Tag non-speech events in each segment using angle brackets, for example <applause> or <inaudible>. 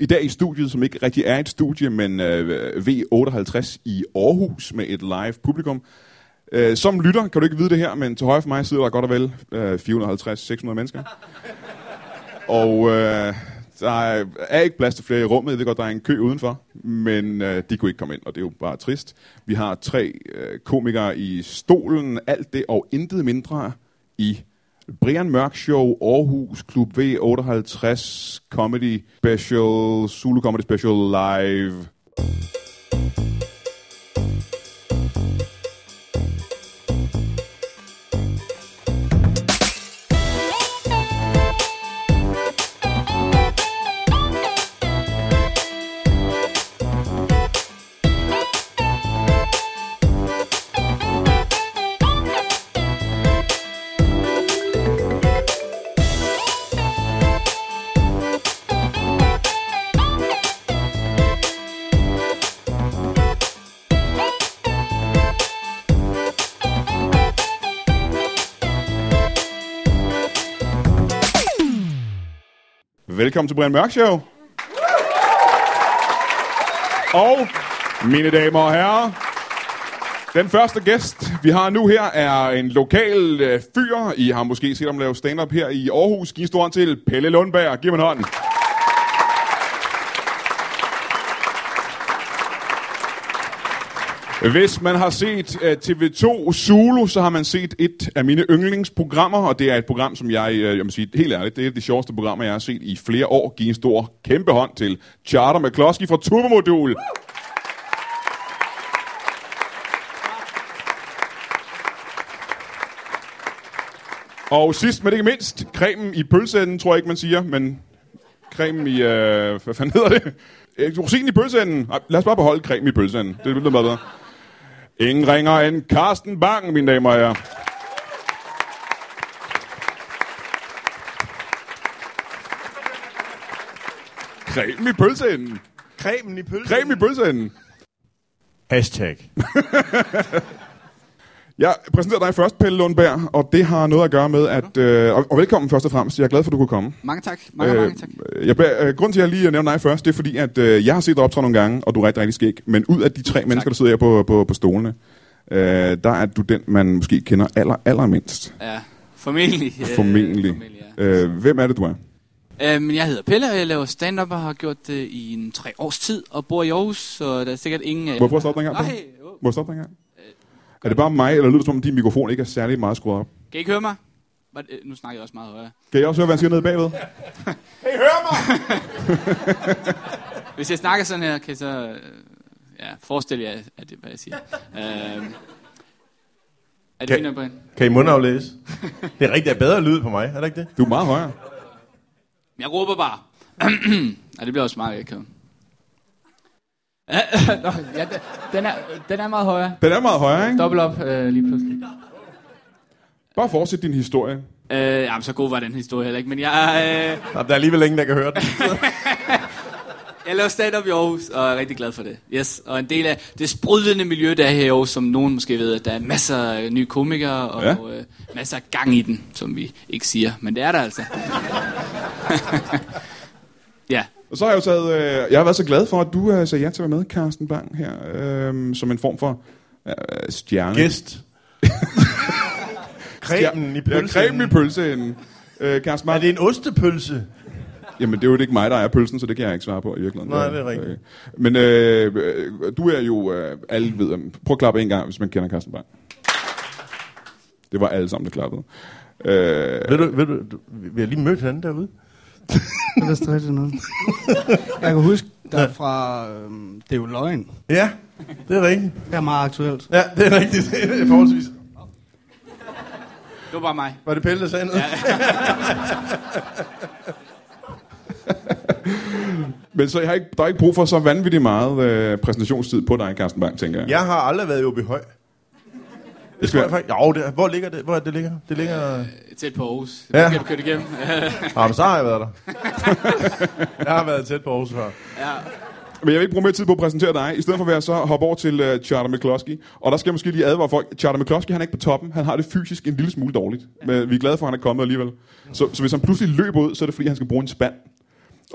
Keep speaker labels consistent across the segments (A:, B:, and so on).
A: I dag i studiet, som ikke rigtig er et studie, men øh, V58 i Aarhus med et live publikum. Øh, som lytter kan du ikke vide det her, men til højre for mig sidder der godt og vel øh, 450-600 mennesker. Og øh, der er ikke plads til flere i rummet. Jeg ved godt, der er en kø udenfor, men øh, de kunne ikke komme ind, og det er jo bare trist. Vi har tre øh, komikere i stolen, alt det og intet mindre i Brian Mørk Show, Aarhus, Klub V58, Comedy Special, Zulu Comedy Special Live. Velkommen til Brian Mørk Show. Og mine damer og herrer, den første gæst, vi har nu her, er en lokal øh, fyr. I har måske set ham lave stand-up her i Aarhus. Giv en stor hånd til Pelle Lundberg. Giv mig en hånd. Hvis man har set øh, TV2 Zulu, så har man set et af mine yndlingsprogrammer, og det er et program, som jeg, øh, jeg må sige helt ærligt, det er det sjoveste program, jeg har set i flere år. Giv en stor kæmpe hånd til Charter McCloskey fra Turbomodul. Og sidst, men ikke mindst, cremen i pølseenden, tror jeg ikke, man siger, men cremen i... Øh, hvad fanden hedder det? Øh, Rosinen i pølseenden. Ej, lad os bare beholde cremen i pølseenden. Det lyder meget bedre. Ingen ringer end Carsten Bang, mine damer og herrer. Cremen i pølseenden.
B: Cremen i pølsen.
A: Cremen i pølseenden.
B: Hashtag.
A: Jeg præsenterer dig først, Pelle Lundberg, og det har noget at gøre med, at... Øh, og, og velkommen først og fremmest. Jeg er glad for, at du kunne komme.
C: Mange tak. Mange, øh, mange tak.
A: Øh, jeg, bæ- øh, grunden til, at jeg lige nævner dig først, det er fordi, at øh, jeg har set dig optræde nogle gange, og du er rigtig, rigtig skæg. Men ud af de tre tak. mennesker, der sidder her på, på, på stolene, øh, der er du den, man måske kender aller, allermindst.
C: Ja, formentlig. øh,
A: Formentlig.
C: formentlig ja.
A: Øh, hvem er det, du er?
C: øh, men jeg hedder Pelle, og jeg laver stand-up og har gjort det i en tre års tid, og bor i Aarhus, så der er sikkert ingen... af-
A: Må jeg prøve at stoppe dig en gang? Pelle?
C: Nej, Øh, åh.
A: Må jeg stoppe dig en gang? Er det bare mig, eller lyder det som om, din mikrofon ikke er særlig meget skruet op?
C: kan I ikke høre mig? Var det- øh, Nu snakker jeg også meget højere.
A: Kan jeg også høre, hvad han siger nede bagved?
C: Hvis jeg snakker sådan her, kan I så... øh, Ja, forestil jer, at det, hvad jeg siger. øh, er det
B: Kan-
C: fint, Brian?
B: Kan I mundaflæse? Det er rigtig er bedre lyd på mig, er det ikke det?
A: Du er meget højere.
C: Jeg råber bare. <clears throat> og det bliver også meget akavet. <clears throat> Ja, nå, ja, den- den, er, den er meget højere.
A: Den er meget højere, ikke?
C: Dobbelt op øh, lige pludselig.
A: Bare fortsæt din historie.
C: Øh, jamen, så god var den historie heller ikke, men jeg, øh,
B: Nå, Der er alligevel ingen, der kan høre det.
C: jeg laver stand-up i Aarhus, og er rigtig glad for det. Yes, og en del af det sprudlende miljø, der er her i Aarhus, som nogen måske ved, at der er masser af nye komikere, og
A: Ja.
C: ja. øh, masser af gang i den, som vi ikke siger, men det er der altså. <laughs> ja,
A: Og så har jeg jo taget, øh, jeg har været så glad for, at du øh, sagde ja til at være med, Carsten Bang, her, øh, som en form for øh, stjerne.
B: Gæst. <laughs> Cremen i pølsen.
A: Ja, cremen i pølseenden. Øh, Carsten
B: Er
A: Bang.
B: det en ostepølse?
A: Jamen, det er jo ikke mig, der er pølsen, så det kan jeg ikke svare på i virkeligheden.
B: Nej, det er rigtigt.
A: Øh, Men øh, øh, du er jo, øh, alle ved, om- prøv at klappe en gang, hvis man kender Carsten Bang. Det var alle sammen, der klappede. Øh,
B: Ved du, ved du, du vi har lige mødt hinanden derude.
D: Det er vist rigtigt noget. Jeg kan huske, der fra... Øhm, det er jo løgn.
B: Ja, det er rigtigt.
D: Det er meget aktuelt.
B: Ja, det er rigtigt. Det er forholdsvis.
C: det var bare mig.
B: Var det Pelle, der sagde noget? Ja.
A: men så jeg har ikke, der er ikke brug for så vanvittigt meget øh, præsentationstid på dig, Carsten Bang, tænker jeg.
B: Jeg har aldrig været i Åby Høj.
A: det
B: Tror
A: skal,
B: jeg faktisk- Jo, det, hvor ligger det? Hvor er det, det ligger? Det ligger...
C: Tæt på Aarhus.
B: Ja.
C: Ja. Kan du køre det igennem? <laughs>
B: Ah, men så har jeg <laughs> været der. jeg har været tæt på Aarhus før.
C: ja.
A: Men jeg vil ikke bruge mere tid på at præsentere dig. I stedet for vil jeg så hoppe over til uh, Charter McCloskey. Og der skal jeg måske lige advare folk. Charter McCloskey, han er ikke på toppen. Han har det fysisk en lille smule dårligt. Men vi er glade for, at han er kommet alligevel. Så, så hvis han pludselig løber ud, så er det fordi, han skal bruge en spand.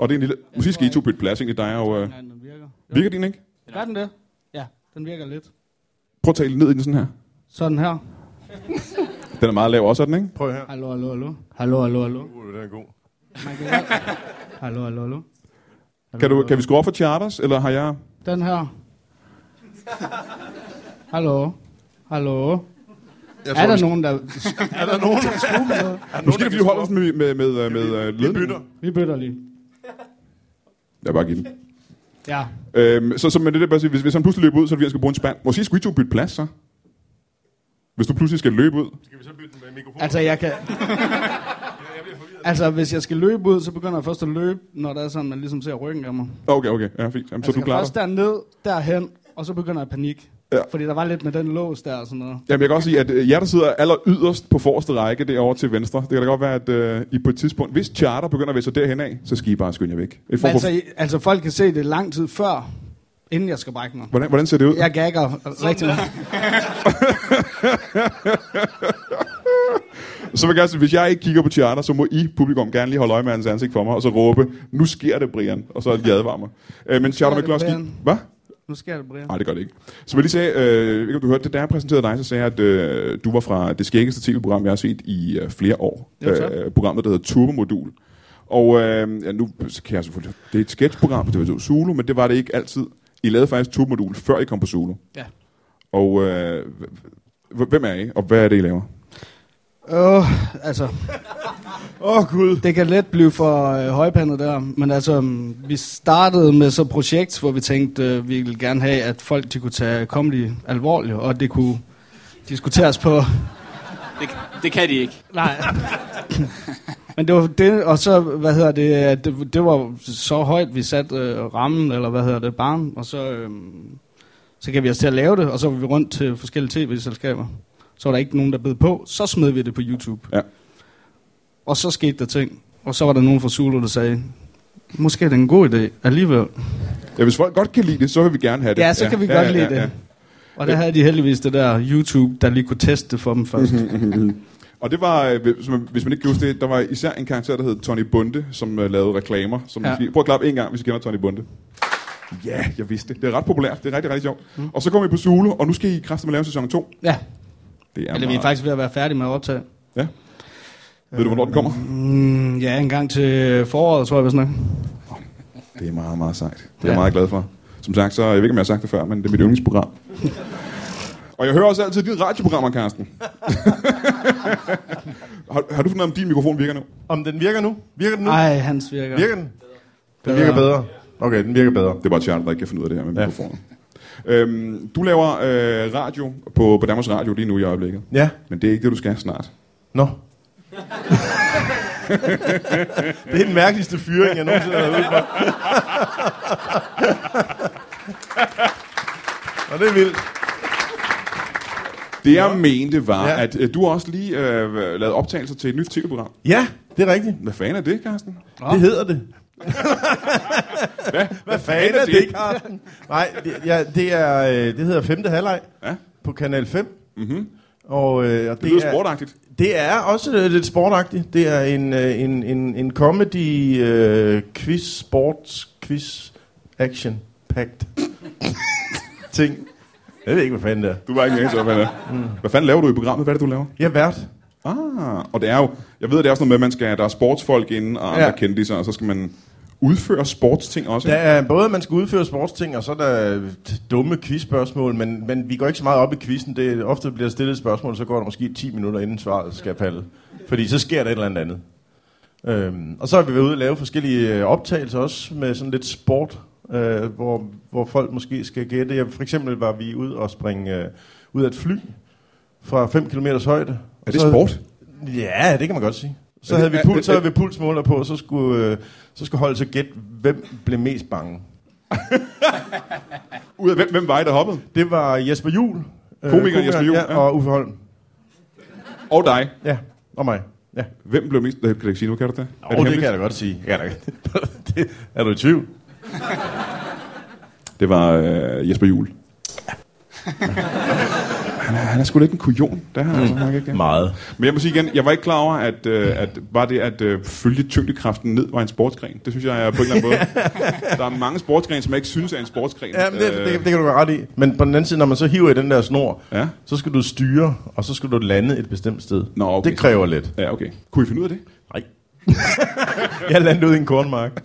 A: Og det er en lille... Måske skal I
D: tror
A: to bytte plads, egentlig dig og... Øh,
D: Nej, den virker. Jo.
A: virker din ikke?
D: Gør den det? Ja, den virker lidt.
A: Prøv at tale ned i den sådan her.
D: Sådan her.
A: Den er meget lav også, er den ikke?
B: Prøv her.
D: Hallo, hallo, hallo. Hallo, hallo, hallo.
B: Uh, den er god.
D: Man kan godt... hallo, hallo, hallo.
A: Kan, du, kan vi skrue op for charters, eller har jeg...
D: Den her. Hallo. Hallo.
B: Jeg
D: er
B: vi
D: der
B: skal-
D: nogen, der...
B: Er der nogen? Er der
A: Måske er det,
B: der
A: fordi
B: kan
A: du holder os
B: skrue
A: med, med, med, øh, med øh,
B: op? Vi
A: ledningen.
B: bytter.
D: Vi bytter lige.
A: Jeg vil bare give den.
D: Ja.
A: Øhm, så, så med det der, bare sige, hvis, hvis han pludselig løber ud, så er det, fordi, han skal bruge en spand. Måske skulle I to bytte plads, så? Hvis du pludselig skal løbe ud.
B: Skal vi så bytte den med mikrofonen?
D: Altså, jeg kan... Altså, hvis jeg skal løbe ud, så begynder jeg først at løbe, når der er sådan, man ligesom ser ryggen af mig.
A: Okay, okay. Ja, fint. Jamen,
D: Altså,
A: så du
D: jeg
A: klarer
D: først
A: dig.
D: derned, derhen, og så begynder jeg at panik.
A: Ja.
D: Fordi der var lidt med den lås der og sådan noget.
A: Jamen, jeg kan også sige, at øh, jer, der sidder aller yderst på forreste række derovre til venstre, det kan da godt være, at øh, I på et tidspunkt, hvis charter begynder at vælge sig derhen af, så skal I bare skynde jer væk. Et
D: Men
A: form
D: altså,
A: for,
D: I- altså, folk kan se det lang tid før, inden jeg skal brække mig.
A: hvordan, hvordan ser det ud?
D: Jeg gagger rigtig meget.
A: Så vil jeg gerne sige, hvis jeg ikke kigger på charter, så må I, publikum, gerne lige holde øje med hans ansigt for mig, og så råbe, nu sker det, Brian, og så de advarer mig. Øh, men charter, man
D: sker
A: kan
D: det,
A: også give...
D: Brian.
A: Hvad?
D: Nu sker det, Brian.
A: Nej, det gør det ikke. Som jeg lige sagde, øh, ikke om du hørte det, da jeg præsenterede dig, så sagde jeg, at øh, du var fra det skæggeste tv-program, jeg har set i øh, flere år. Øh,
D: Jo, tak.
A: programmet, der hedder Turbomodul. Og øh, ja, nu kan jeg selvfølgelig... Det er et sketchprogram på TV2 Zulu, men det var det ikke altid. I lavede faktisk Turbomodul, før I kom på Zulu.
D: Ja.
A: Og øh, h- hvem er I, og hvad er det, I laver?
D: Åh, oh, altså... Åh, oh, Gud. Det kan let blive for øh, højpandet der, men altså, mm, vi startede med så et projekt, hvor vi tænkte, øh, vi ville gerne have, at folk de kunne tage comedy alvorligt, og det kunne diskuteres på...
C: Det, det kan de ikke.
D: Nej. men det var det, og så, hvad hedder det, at det, det var så højt, vi satte øh, rammen, eller hvad hedder det, barn, og så, øh, så gav vi os til at lave det, og så var vi rundt til forskellige tv-selskaber. Så var der ikke nogen, der bed på, så smed vi det på YouTube.
A: Ja.
D: Og så skete der ting, og så var der nogen fra Zulu, der sagde, måske er det en god idé alligevel.
A: Ja, hvis folk godt kan lide det, så vil vi gerne have det.
D: Ja, så kan vi godt lide det. Og der
A: Ja.
D: havde de heldigvis det der YouTube, der lige kunne teste det for dem først.
A: Mm-hmm. Og det var, øh, hvis man, hvis man ikke kan huske det, der var især en karakter, der hed Tony Bunde, som øh, lavede reklamer. Som
D: Ja.
A: ja. prøv at klappe en gang, hvis I kender Tony Bunde. Ja, yeah, jeg vidste det. Det er ret populært. Det er rigtig, rigtig sjovt. Mm. Og så kom vi på Zulu, og nu skal I kræfte med lave sæson 2.
D: ja,
A: Det er
D: eller vi er
A: meget-
D: faktisk ved at være færdige med at optage.
A: Ja. Ved du, hvornår den kommer?
D: Mm, ja, en gang til foråret, tror jeg, hvis nok.
A: Det er meget, meget sejt. Det er jeg
D: Ja.
A: meget glad for. Som sagt, så jeg ved ikke, om jeg har sagt det før, men det er mit yndlingsprogram. og jeg hører også altid dine radioprogrammer,
D: <laughs>
A: Karsten. har, har, du fundet ud af, om din mikrofon virker nu?
B: Om den virker nu? Virker den nu?
D: Ej, hans virker.
B: Virker den? Den virker bedre. Okay, den virker bedre.
A: Det er bare Charlotte, der ikke kan finde ud af det her med ja. mikrofonen. Øhm, du laver øh, radio på, på Danmarks Radio lige nu i øjeblikket.
B: Ja.
A: Men det er ikke det, du skal snart.
B: Nå. <laughs> det er den mærkeligste fyring, jeg nogensinde har været ude for. <laughs> Og det er vildt.
A: Det jeg ja. mente var, ja.
B: Ja.
A: at øh, du har også lige øh, lavet optagelser til et nyt tv-program.
B: Ja, det er rigtigt.
A: Hvad fanden er det, Carsten?
B: Det hedder det. Hvad, Hvad fanden er det, Carsten? Nej, det, ja, det, er, øh, det hedder 5. halvleg
A: Ja.
B: på Kanal 5. Mm-hmm. Og, øh, og
A: Det, lyder
B: er-
A: sportagtigt.
B: Det er også øh, lidt sportagtigt. Det er en, øh, en, en, en comedy øh, quiz, sports quiz, action packed <laughs> ting. Jeg ved ikke, hvad fanden det er.
A: Du var ikke en anelse, hvad det er. Hvad fanden laver du i programmet? Hvad er det, du laver?
B: Jeg er vært.
A: Ah, og det er jo... Jeg ved, det er også noget med, at man skal, der er sportsfolk inde, og andre
B: Ja.
A: ja. kendtiser, og så skal man udføre sportsting også.
B: Der
A: Ja.
B: er både, at man skal udføre sportsting, og så er der dumme quizspørgsmål, men, men vi går ikke så meget op i quizzen. Det, er- ofte bliver der stillet et spørgsmål, så går der måske 10 minutter, inden svaret skal falde. Fordi så sker der et eller andet. Øhm, og så har vi været ude og lave forskellige øh, optagelser også med sådan lidt sport, øh, hvor, hvor folk måske skal gætte. Jeg, for eksempel var vi ude og springe øh, ud af et fly fra 5 km højde.
A: Er det sport?
B: Ja, det kan man godt sige. Så
A: Er det-
B: havde vi,
A: er-
B: puls, så
A: er-
B: havde vi pulsmåler på, og så skulle, øh, så skulle holde sig gætte, hvem blev mest bange.
A: Ud af hvem, hvem var I, der hoppede?
B: Det var Jesper Juhl. øh,
A: Jesper Juhl,
B: ja,
A: ja.
B: og Uffe Holm.
A: Og dig.
B: Ja, og mig. Ja.
A: Hvem blev mest... Øh, Kan du ikke sige nu, kan du det?
B: Nå, det, det kan jeg da godt sige. Ja, da. <laughs> det, er du i tvivl?
A: Det var øh, Jesper Juhl. <laughs> Han er, han er sgu lidt en kujon. Det er han mm. altså nok ikke. ja.
B: Meget.
A: Men jeg må sige igen, jeg var ikke klar over, at, øh, at bare det at øh, følge tyngdekraften ned var en sportsgren. Det synes jeg er på en
B: <laughs>
A: eller anden måde. Der er mange sportsgrene, som jeg ikke synes er en sportsgren. Øh,
B: Ja, men det, det, det kan du være ret i. Men på den anden side, når man så hiver i den der snor,
A: Ja.
B: så skal du styre, og så skal du lande et bestemt sted.
A: Nå, okay.
B: Det kræver lidt.
A: ja, okay. Kunne I finde ud af det?
B: Nej. <laughs> jeg landede ud i en kornmark.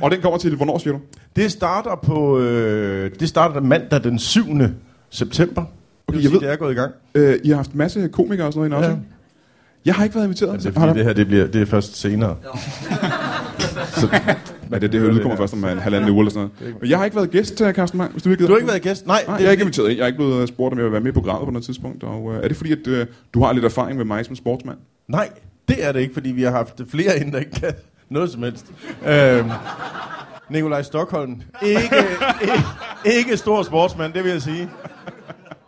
A: Og den kommer til, hvornår siger du?
B: Det starter på øh, det starter mandag den 7. september. Okay, det,
A: jeg ved-
B: jeg ved. det er gået i gang.
A: Øh, I har haft en masse komikere og sådan noget
B: Ja.
A: inden også, ikke? Jeg har ikke været inviteret.
B: Altså, det er
A: Har
B: fordi,
A: der-
B: det her det bliver, det er først senere.
A: <laughs> Ja, det, det, det udkommer først om en halvanden uge eller sådan noget. Men jeg har ikke været gæst, øh, Carsten Mang, hvis du ikke
B: Du har ikke været gæst? Nej,
A: Nej,
B: det
A: Ah, jeg
B: er
A: er ikke inviteret ind. Jeg er ikke blevet øh, spurgt, om jeg vil være med i programmet på noget tidspunkt. Og, øh, er det fordi, at øh, du har lidt erfaring med mig som sportsmand?
B: Nej, det er det ikke, fordi vi har haft flere inden, der ikke kan noget som helst. Øhm, Nikolaj Stockholm. Ikke, ikke, ikke stor sportsmand, det vil jeg sige.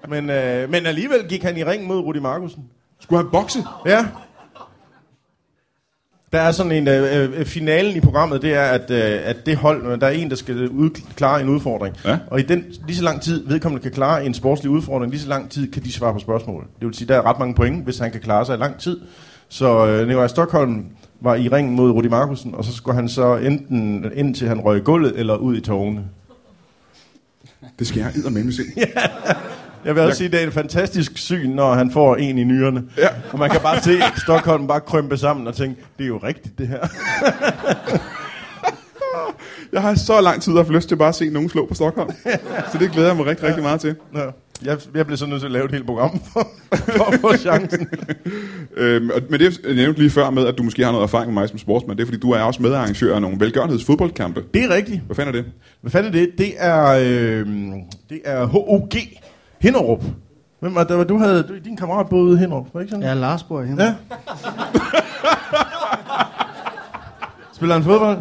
B: Men, øh, men alligevel gik han i ring mod Rudi Markusen.
A: Skulle han bokse?
B: Ja. Der er sådan en, øh, øh, finalen i programmet, det er, at, øh, at det hold, øh, der er en, der skal ud, klare en udfordring.
A: Ja.
B: Og i den, lige så lang tid vedkommende kan klare en sportslig udfordring, lige så lang tid kan de svare på spørgsmål. Det vil sige, der er ret mange point, hvis han kan klare sig i lang tid. Så øh, Nikolaj Stockholm var i ringen mod Rudi Markusen, og så skulle han så enten indtil han røg i gulvet, eller ud i tårne.
A: Det skal jeg eddermame se.
B: Jeg vil også sige, det er et fantastisk syn, når han får en i nyrerne.
A: Ja.
B: Og man kan bare se Stockholm bare krømpe sammen og tænke, det er jo rigtigt det her.
A: Jeg har så lang tid haft lyst til bare at se nogen slå på <laughs> Stockholm. Så det glæder jeg mig rigtig, rigtig meget til.
B: Ja. Jeg, jeg blev så nødt til at lave et helt program for, <laughs> for at få chancen.
A: Øhm, og- men det jeg nævnte lige før med, at du måske har noget erfaring med mig som sportsmand. Det er fordi, du er også medarrangør af nogle velgørenhedsfodboldkampe.
B: Det er rigtigt.
A: Hvad fanden er det?
B: Hvad fanden er det? Det er, øh, det er HOG Hinderup. Hvem var det? Du havde, du, din kammerat boede i Hinderup, var det ikke sådan?
D: Ja, Lars bor hjemme.
B: ja. Spiller han fodbold?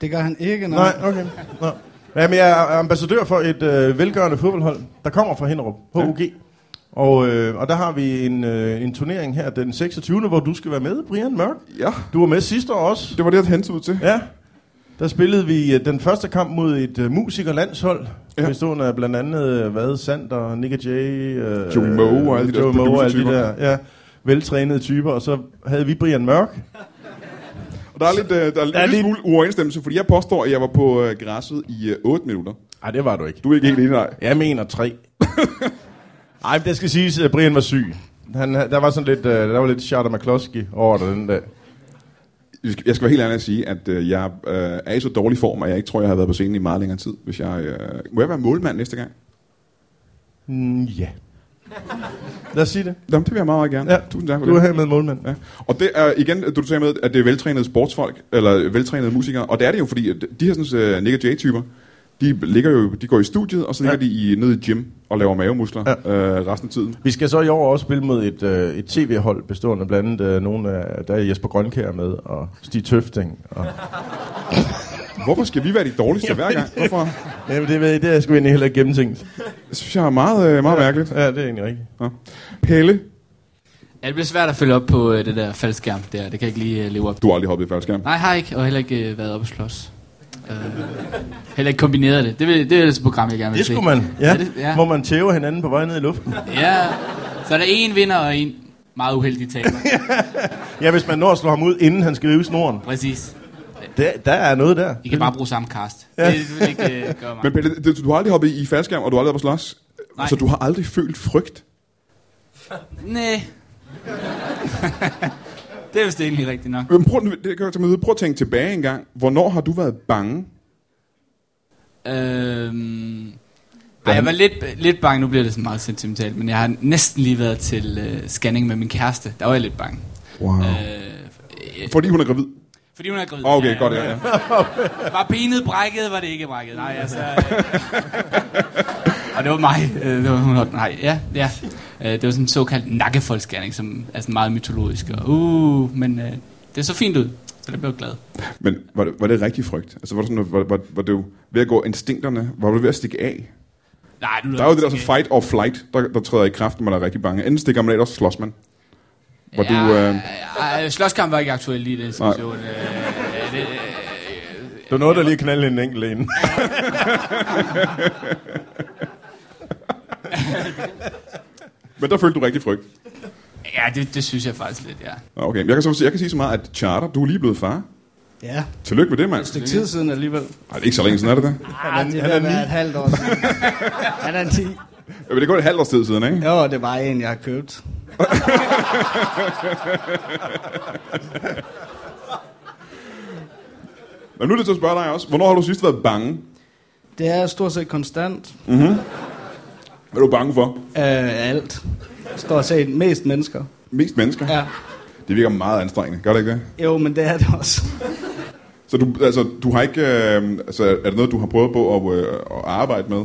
D: Det gør han ikke, nej.
B: Nej, okay. Nå. Jamen, jeg er ambassadør for et øh, velgørende fodboldhold, der kommer fra Hinderup, HOG. Og, øh, og der har vi en, øh, en turnering her den 26. hvor du skal være med, Brian Mørk.
A: Ja,
B: Du var med sidste år også.
A: det var det, jeg hentede ud til.
B: Ja, der spillede vi øh, den første kamp mod et uh, musikerlandshold,
A: Ja.
B: ja. bestående af blandt andet uh, Vade Sander, Nick J, uh,
A: Joey Moe og alle de der
B: Joey Moe og alle de
A: producer-typer.
B: der ja, veltrænede typer, og så havde vi Brian Mørk.
A: Og der er lidt, øh, der er, der er lidt
B: lidt-
A: smule uoverensstemmelse, fordi jeg påstår, at jeg var på øh, græsset i øh, 8 minutter.
B: Nej, det var du ikke.
A: Du er ikke helt enig, nej.
B: Jeg mener <laughs> tre. Nej, det skal siges, at Brian var syg. Han, der var sådan lidt, uh, der var lidt Charter McCloskey over det den dag.
A: Jeg skal- Jeg skal være helt ærlig at sige, at øh, jeg øh, er i så dårlig form, at jeg ikke tror, jeg har været på scenen i meget længere tid. Hvis jeg, øh, må jeg være målmand næste gang?
B: Mm, ja. Lad os sige det.
A: Jamen, det vil jeg meget, meget gerne.
B: Ja,
A: Tusind tak for
B: Du er
A: det.
B: her med målmand.
A: Ja. Og det er igen, du sagde med, at det er veltrænede sportsfolk, eller veltrænede musikere, og det er det jo, fordi at de her sådan, uh, Nick og Jay-typer, de, ligger jo, de går i studiet, og så ligger ja.
B: Ja.
A: de i, nede i gym og laver mavemuskler ja.
B: Ja.
A: øh, resten af tiden.
B: Vi skal så i år også spille mod et, øh, et tv-hold bestående blandt andet øh, nogle af, der er Jesper Grønkær med, og Stig Tøfting. Og...
A: Hvorfor skal vi være de dårligste hver gang? Hvorfor?
B: Jamen det, ved jeg, det er sgu egentlig heller ikke gennemtænkt.
A: Det synes jeg er meget, øh, meget mærkeligt.
B: Ja, det er egentlig rigtigt.
A: Ja. Pelle,
C: Ja, det bliver svært at følge op på øh, det der faldskærm der. Det kan jeg ikke lige øh, leve op.
A: du har aldrig hoppet i faldskærm.
C: Nej, har ikke, og heller ikke øh, været oppe at slås. Øh, heller ikke kombineret det. Det, vil, det er et program, jeg gerne vil
B: Det
C: se.
B: skulle man, ja.
C: Ja, det- ja.
B: ja. Må man tæve hinanden på vej ned i luften?
C: Ja, så er der en vinder og en meget uheldig taber.
B: <laughs> Ja, hvis man når at slå ham ud, inden han skal rive snoren.
C: Præcis.
B: Der, der er noget der.
C: I kan bare bruge samme cast.
B: Ja.
C: Det vil ikke øh, gøre mig.
A: Men Pelle, det- du har aldrig hoppet i faldskærm, og du har aldrig været på slås.
C: Nej.
A: Så du har aldrig følt frygt.
C: Næh. <laughs> det er vist egentlig rigtigt nok.
A: Men prøv, det kan jeg tage med, videre. prøv at tænke tilbage en gang. Hvornår har du været bange?
C: Øhm, ej, jeg var lidt, lidt bange, nu bliver det sådan meget sentimentalt, men jeg har næsten lige været til øh, scanning med min kæreste. Der var jeg lidt bange.
A: Wow.
C: Øh, øh,
A: Fordi hun er gravid.
C: fordi hun er gravid.
A: Okay, godt, ja, ja.
C: Var benet brækket, var det ikke brækket. Nej, altså... Øh. Og det var mig. Øh, det var, hun holdt- nej, ja, ja. Øh, det var sådan en såkaldt nakkefoldscanning, som er sådan meget mytologisk. Og, uh, men øh, det så fint ud, så det blev jeg glad.
A: Men var det, var det rigtig frygt? Altså var det, sådan, var, var, var det jo ved at gå instinkterne? Var du ved at stikke af?
C: Nej, nu
A: Der er jo det der så fight or flight, der, der træder i kraft, når man er rigtig bange. Enten stikker man af, eller så slås man. Hvor ja. du... Øh,
C: ja, øh... Slåskamp var ikke aktuel lige i den situation. Øh, øh, det,
B: Du nåede da lige at knalde en enkelt en.
A: Men der følte du rigtig frygt.
C: Ja, det, det synes jeg faktisk lidt, ja.
A: Nå, Okay, men jeg kan, så, jeg kan sige så meget, at Charter, du er lige blevet far.
D: Ja,
A: Tillykke med det,
D: et
A: mand.
D: stykke tid siden alligevel.
A: Ej, det er ikke så længe siden, er det det?
D: Ah,
B: han
D: det vil
B: er
D: være
B: ni.
D: et halvt år
B: <laughs>
D: siden. Han er 10.
A: Ja, men det går et halvt års tid siden, ikke?
D: Jo, det var en, jeg har købt.
A: Men nu er det til at spørge dig også. Hvornår har du sidst været bange?
D: Det er stort set konstant.
A: Hvad er du bange for?
D: Øh, alt. Stort set mest mennesker.
A: Mest mennesker?
D: Ja.
A: Det virker meget anstrengende, gør det ikke det?
D: Jo, men det er det også.
A: Så du, altså, du har ikke, øh, altså, er det noget, du har prøvet på at, øh, at arbejde med?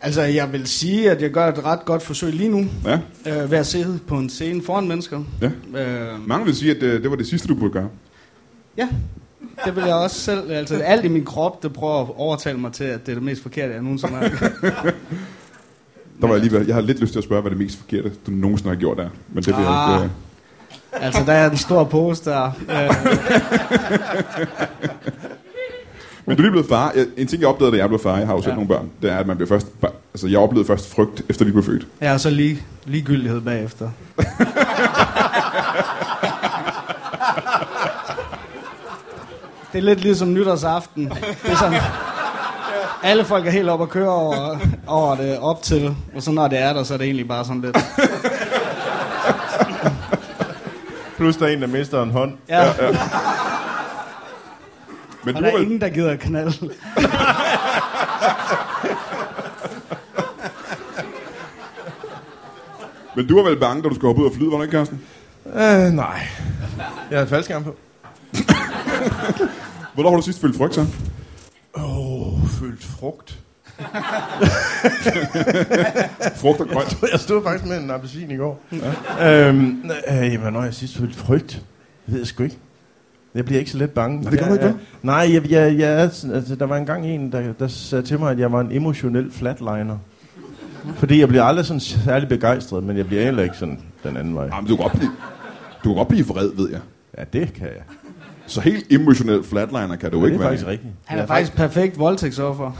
D: Altså, jeg vil sige, at jeg gør et ret godt forsøg lige nu.
A: Ja,
D: Øh, ved at sidde på en scene foran mennesker.
A: ja.
D: Øh,
A: Mange vil sige, at øh, det var det sidste, du burde gøre.
D: ja, det vil jeg også selv. Altså, alt i min krop, det prøver at overtale mig til, at det er det mest forkerte, jeg nogensinde har.
A: Der var jeg, lige, ved- jeg har lidt lyst til at spørge, hvad det mest forkerte, du nogensinde har gjort der. Men det vil jeg
D: Ah.
A: ikke. Øh.
D: Altså, der er en stor pose der. Øh,
A: Men du er lige blevet far. Jeg, en ting, jeg opdagede, da jeg blev far, jeg har jo selv
D: Ja.
A: nogle børn, det er, at man bliver først, ba- altså, jeg oplevede først frygt, efter vi blev født.
D: ja, og så lige, ligegyldighed bagefter. Det er lidt ligesom nytårsaften. Det er sådan, alle folk er helt oppe at køre over, over det op til, og så når det er der, så er det egentlig bare sådan lidt.
B: Plus der er en, der mister en hånd.
D: Ja, ja, ja.
A: Men
D: og
A: du
D: der er
A: var,
D: ingen, der gider at knalde.
A: men du var vel bange, da du skulle hoppe ud og flyde, var du ikke, Carsten?
B: Øh, nej. Jeg havde faldskærm på.
A: Hvornår har du sidst følt frygt, så?
B: Åh, oh, følt frugt.
A: Frugt og grønt.
B: <laughs> Jeg stod faktisk med en appelsin i går.
A: Mm.
B: Ja. Øhm, øh, jamen, når jeg sidst følte frygt, det ved jeg sgu ikke. Jeg bliver ikke så let bange.
A: Nå, det gør du
B: Jeg-
A: ikke, vel?
B: jeg- Nej, jeg, jeg, jeg, er sådan- altså, der var engang en, der, der sagde til mig, at jeg var en emotionel flatliner. Fordi jeg bliver aldrig sådan særlig begejstret, men jeg bliver heller ikke sådan den anden vej.
A: Jamen, du kan godt blive, du kan godt blive vred, ved jeg.
B: Ja, det kan jeg. Det
A: Så helt emotionel flatliner kan du
B: er,
A: ikke
B: det er
A: være.
B: faktisk rigtigt.
D: Han
B: Jeg
D: er faktisk perfekt voldtægtsoffer.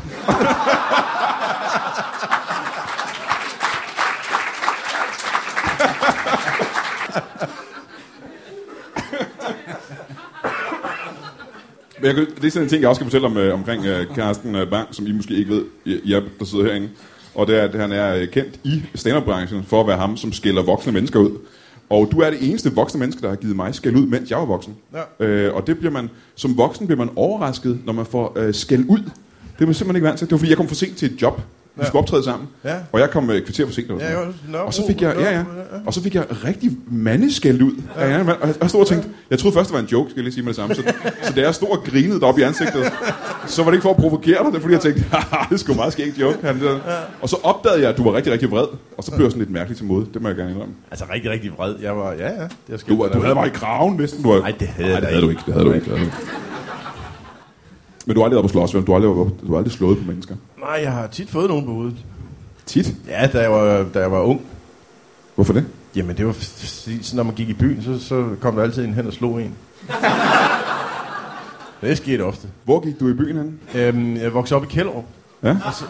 A: Men jeg, kan- det er sådan en ting, jeg også skal fortælle om, øh, omkring øh, Carsten øh, Bang, som I måske ikke ved, øh, jer, der sidder herinde. Og det er, at han er øh, kendt i stand-up-branchen for at være ham, som skælder voksne mennesker ud. Og du er det eneste voksne menneske, der har givet mig skæld ud, mens jeg var voksen. Ja. Øh, og det bliver man, som voksen bliver man overrasket, når man får øh, skæld ud. Det er man simpelthen ikke vant til. Det var fordi, jeg kom for sent til et job. Vi skulle optræde sammen.
B: Ja.
A: Og jeg kom øh, et kvarter for sent. eller sådan
B: Ja,
A: noget.
B: jo, nå, uh,
A: og så fik jeg,
B: nå,
A: ja, ja,
B: ja.
A: og så fik jeg rigtig mandeskæld ud. Ja. Ja, og jeg- jeg stod og tænkte, jeg troede først, det var en joke, skal jeg lige sige med det samme. Så, så da jeg stod og grinede deroppe i ansigtet, så var det ikke for at provokere dig, det var fordi jeg tænkte, <laughs> haha, det skulle meget skægt joke. Han, der. Og så opdagede jeg, at du var rigtig, rigtig vred, og så blev jeg sådan lidt mærkelig til mode. Det må jeg gerne indrømme.
B: Altså rigtig, rigtig vred. Jeg var, ja, ja. Jeg skal
A: Du, var- du havde mig i kraven næsten. Du var...
B: Nej, det havde
A: Nej,
B: jeg
A: det
B: da
A: havde du ikke. Det havde du ikke. Det havde du ikke. Men du har aldrig været på slås, vel? du har aldrig, været på- du har aldrig slået på mennesker.
B: Nej, jeg har tit fået nogen på hovedet.
A: Tit.
B: Ja, da jeg var, da jeg var ung.
A: Hvorfor det?
B: Jamen, det var fordi, så når man gik i byen, så, så kom der altid en hen og slog
A: <laughs>
B: en. det skete ofte.
A: Hvor gik du i byen hen?
B: Øhm, jeg voksede op i Kjellerup,
A: Ja?
B: og, så,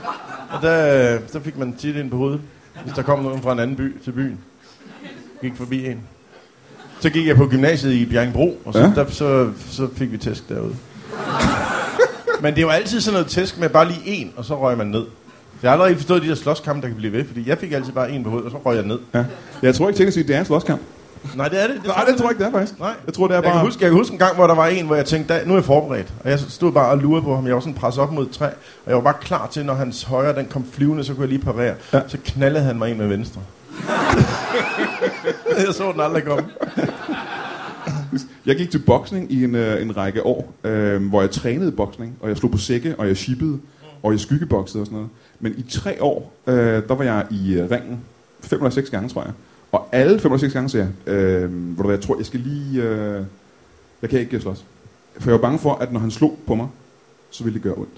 B: og der, øh, der fik man tit ind på hovedet, hvis der kom nogen fra en anden by til byen. Gik forbi en. Så gik jeg på gymnasiet i Bjerringbro, og så,
A: Ja.
B: ja. der, så, så fik vi tæsk
A: <laughs>
B: derude. Men det var altid sådan noget tæsk med bare lige en, og så røg man ned. Så jeg har allerede forstået de der slåskampe, der kan blive ved, fordi jeg fik altid bare en på hovedet, og så røg jeg ned.
A: ja. Jeg tror ikke, teknisk set, det er en slåskamp.
B: Nej, det er det.
A: Nej, det tror jeg ikke, det er faktisk.
B: Nej.
A: Jeg tror, det er
B: Jeg
A: bare...
B: kan, huske, jeg kan huske en gang, hvor der var en, hvor jeg tænkte, "Da- nu er jeg forberedt. Og jeg stod bare og lurede på ham. Jeg var sådan presset op mod et træ. Og jeg var bare klar til, når hans højre den kom flyvende, så kunne jeg lige parere.
A: Ja.
B: Ja. Så knaldede han mig ind med <laughs> venstre. jeg så den aldrig komme.
A: Jeg gik til boksning i en, øh, en række år, øh, hvor jeg trænede boksning, og jeg slog på sække, og jeg shippede, og jeg skyggeboxede og sådan noget. Men i tre år, øh, der var jeg i øh, ringen 5 eller 6 gange, tror jeg. Og alle 5 eller 6 gange sagde jeg, øh, ved du hvad, jeg tror, jeg skal lige... Øh, jeg kan ikke slås. For jeg var bange for, at når han slog på mig, så ville det gøre ondt.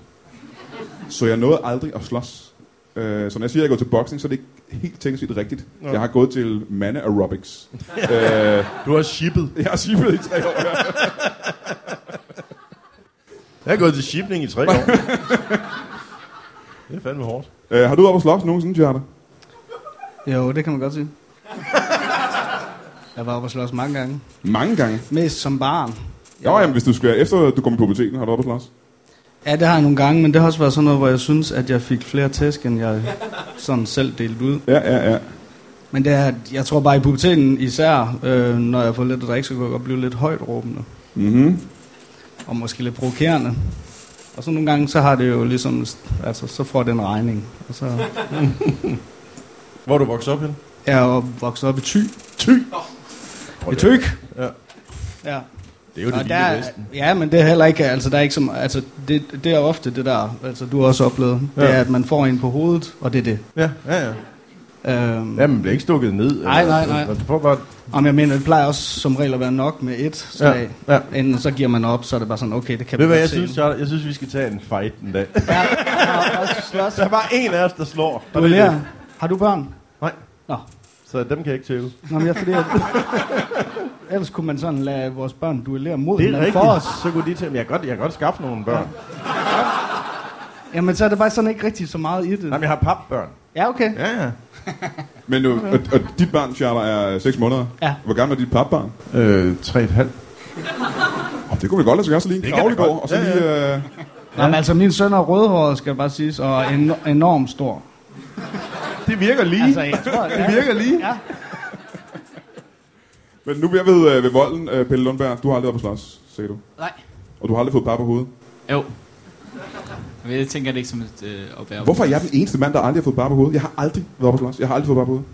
A: Så jeg nåede aldrig at slås. Øh, så når jeg siger, at jeg går til boksning, så er det ikke helt teknisk set rigtigt.
B: Nå.
A: Jeg har gået til manne aerobics. øh,
B: Du har shippet.
A: jeg har shippet i tre år. Ja.
B: <laughs> Jeg har gået til shipping i tre år. Det er fandme hårdt.
A: Øh, har du op og slås nogensinde, Tjørter?
D: Jo, det kan man godt sige. Jeg var oppe og slås mange gange.
A: Mange gange.
D: Mest som barn.
A: Ja. Jo, jamen, hvis du skal, efter du kom i puberteten, har du op og slås?
D: Ja, det har jeg nogle gange, men det har også været sådan noget, hvor jeg synes, at jeg fik flere tæsk, end jeg sådan selv delte ud.
A: Ja, ja, ja.
D: Men det er, jeg tror bare i puberteten især, øh, når jeg har fået lidt at drikke, så kan jeg godt blive lidt højt råbende.
A: Mm-hmm.
D: Og måske lidt provokerende. Og så nogle gange, så har det jo ligesom, altså, så får det en regning. Og så
B: Hvor er du vokset op hen?
D: er jeg jo vokset op i Thy.
B: Ty!
D: I Tyk?
B: Ja.
D: Ja.
B: Det er jo det
D: Og
B: vilde
D: der,
B: vesten.
D: ja, men det er heller ikke, altså der er ikke som, altså det, det er ofte det der, altså du har også oplevet, ja. det
B: Ja.
D: er, at man får en på hovedet, og det er det.
B: Ja, ja, ja.
D: Øhm,
B: Ja, man bliver ikke stukket ned.
D: Nej, nej, nej.
B: Du får bare...
D: Om jeg mener, det plejer også som regel at være nok med et slag.
B: Ja, ja.
D: Enten så giver man op, så er det bare sådan, okay, det kan
B: Ved du,
D: vi
B: hvad
D: godt
B: jeg
D: se
B: synes,
D: nu.
B: Charlotte? Jeg synes, vi skal tage en fight en <laughs> dag.
D: Ja, jeg har også slås.
B: Der er bare en af os, der slår. Og det
D: Du
B: er
D: lærer.
B: det.
D: Har du børn?
B: Nej,
D: Nå,
B: så dem kan jeg ikke tæve.
D: Nå men jeg fordi,
B: <laughs>
D: at... Ellers kunne man sådan lade vores børn duellere mod
B: Det er
D: hinanden for
B: rigtigt.
D: os.
B: Så kunne de til, men jeg kan godt, jeg kan godt skaffe nogle børn.
D: Jamen, så er det bare sådan ikke rigtig så meget i
B: Nej, men
D: det.
B: jeg har papbørn.
D: Ja, okay.
B: Ja, ja.
A: Men du, og, og, dit barn, Charter, er 6 måneder.
D: Ja.
A: Hvor gammel er dit papbarn?
B: Øh, tre og et halvt.
A: Oh, det kunne vi godt lade sig gøre, så lige en
B: Det kan da
A: kravlegård,
B: godt.
A: og så
B: Ja,
A: lige... Øh,
D: Ja. Jamen, altså, min søn er rødhåret, skal jeg bare sige, og en, enormt stor.
B: Det virker lige.
D: Altså, jeg tror, ja.
B: Det virker lige.
D: Ja.
A: men nu er vi ved, øh, ved volden, øh, Pelle Lundberg. Du har aldrig været på slås, siger du.
C: Nej.
A: Og du har aldrig fået par på hovedet.
C: Jo. Men jeg tænker det ikke som et øh, opværv.
A: Hvorfor er jeg den eneste mand, der aldrig har fået par på hovedet? Jeg har aldrig været på slås. Jeg har aldrig fået par på hovedet.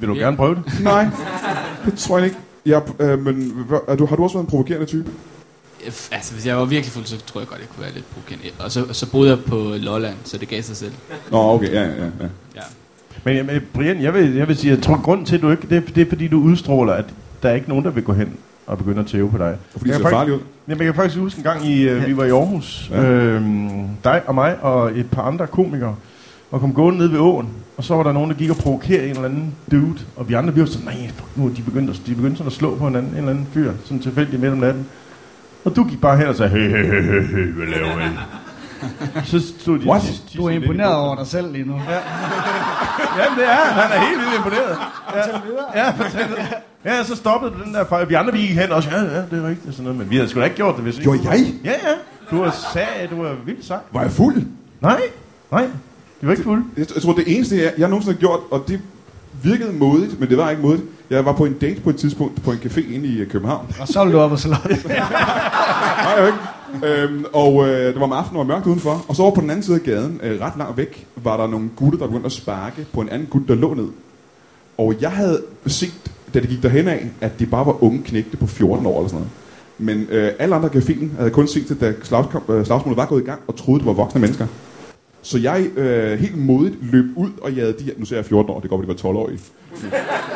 B: Vil du gerne prøve det?
A: Nej, det tror jeg ikke. Jeg, øh, men hva- er du, har du også været en provokerende type?
C: F- Altså, hvis jeg var virkelig fuld, så tror jeg godt, jeg kunne være lidt provokerende. Og så, så boede jeg på Lolland, så det gav sig selv.
A: Nå, okay, ja, ja, ja.
C: Ja.
B: Men jamen, Brian, jeg vil, jeg vil sige, jeg tror, grunden til, at du ikke, det er, det er, fordi du udstråler, at der er ikke nogen, der vil gå hen og begynde at tæve på dig.
A: Fordi det
B: Jeg kan
A: ser
B: fakt-
A: farligt ud.
B: Jamen, jeg kan faktisk huske en gang, i, øh, vi var i Aarhus,
A: Ja.
B: ja. øhm, dig og mig og et par andre komikere, og kom gående ned ved åen, og så var der nogen, der gik og provokerede en eller anden dude, og vi andre, vi var sådan, nej, fuck nu, de begyndte, at, de begyndte sådan at slå på hinanden, en eller anden fyr, sådan tilfældigt midt om natten. Og du gik bare hen og sagde, hey, hey, hey, hey, hey hvad laver I? så stod de
A: What?
B: tissede
D: Du er
B: lidt i
D: imponeret
B: bukserne.
D: over dig selv lige nu.
B: Jamen det er, han er helt vildt imponeret. Ja, ja, fortæl videre. Ja, så stoppede du den der fejl. Vi andre, vi gik hen også. Ja, ja, det er rigtigt. og Sådan noget. Men vi havde sgu da ikke gjort det, hvis ikke.
A: Gjorde jeg?
B: Ja, ja. Du var sag, du var vildt sej.
A: Var jeg fuld?
B: Nej, nej. Vi var ikke fulde.
A: Jeg, jeg tror, det eneste, jeg, jeg nogensinde har gjort, og det virkede modigt, men det var ikke modigt. Jeg var på en date på et tidspunkt på en café inde i øh, København.
D: Og så vil du op og slå.
A: Nej, jeg ikke. Øhm, og øh, det var om aftenen, og var mørkt udenfor. Og så over på den anden side af gaden, øh, ret langt væk, var der nogle gutter, der begyndte at sparke på en anden gut, der lå ned. Og jeg havde set, da det gik derhen af, at det bare var unge knægte på 14 år eller sådan noget. Men øh, alle andre i caféen havde kun set det, da slagskamp, øh, slagsmålet var gået i gang, og troede, det var voksne mennesker. Så jeg øh, helt modigt løb ud og jagede de her, nu ser jeg 14 år, det går, det var 12 år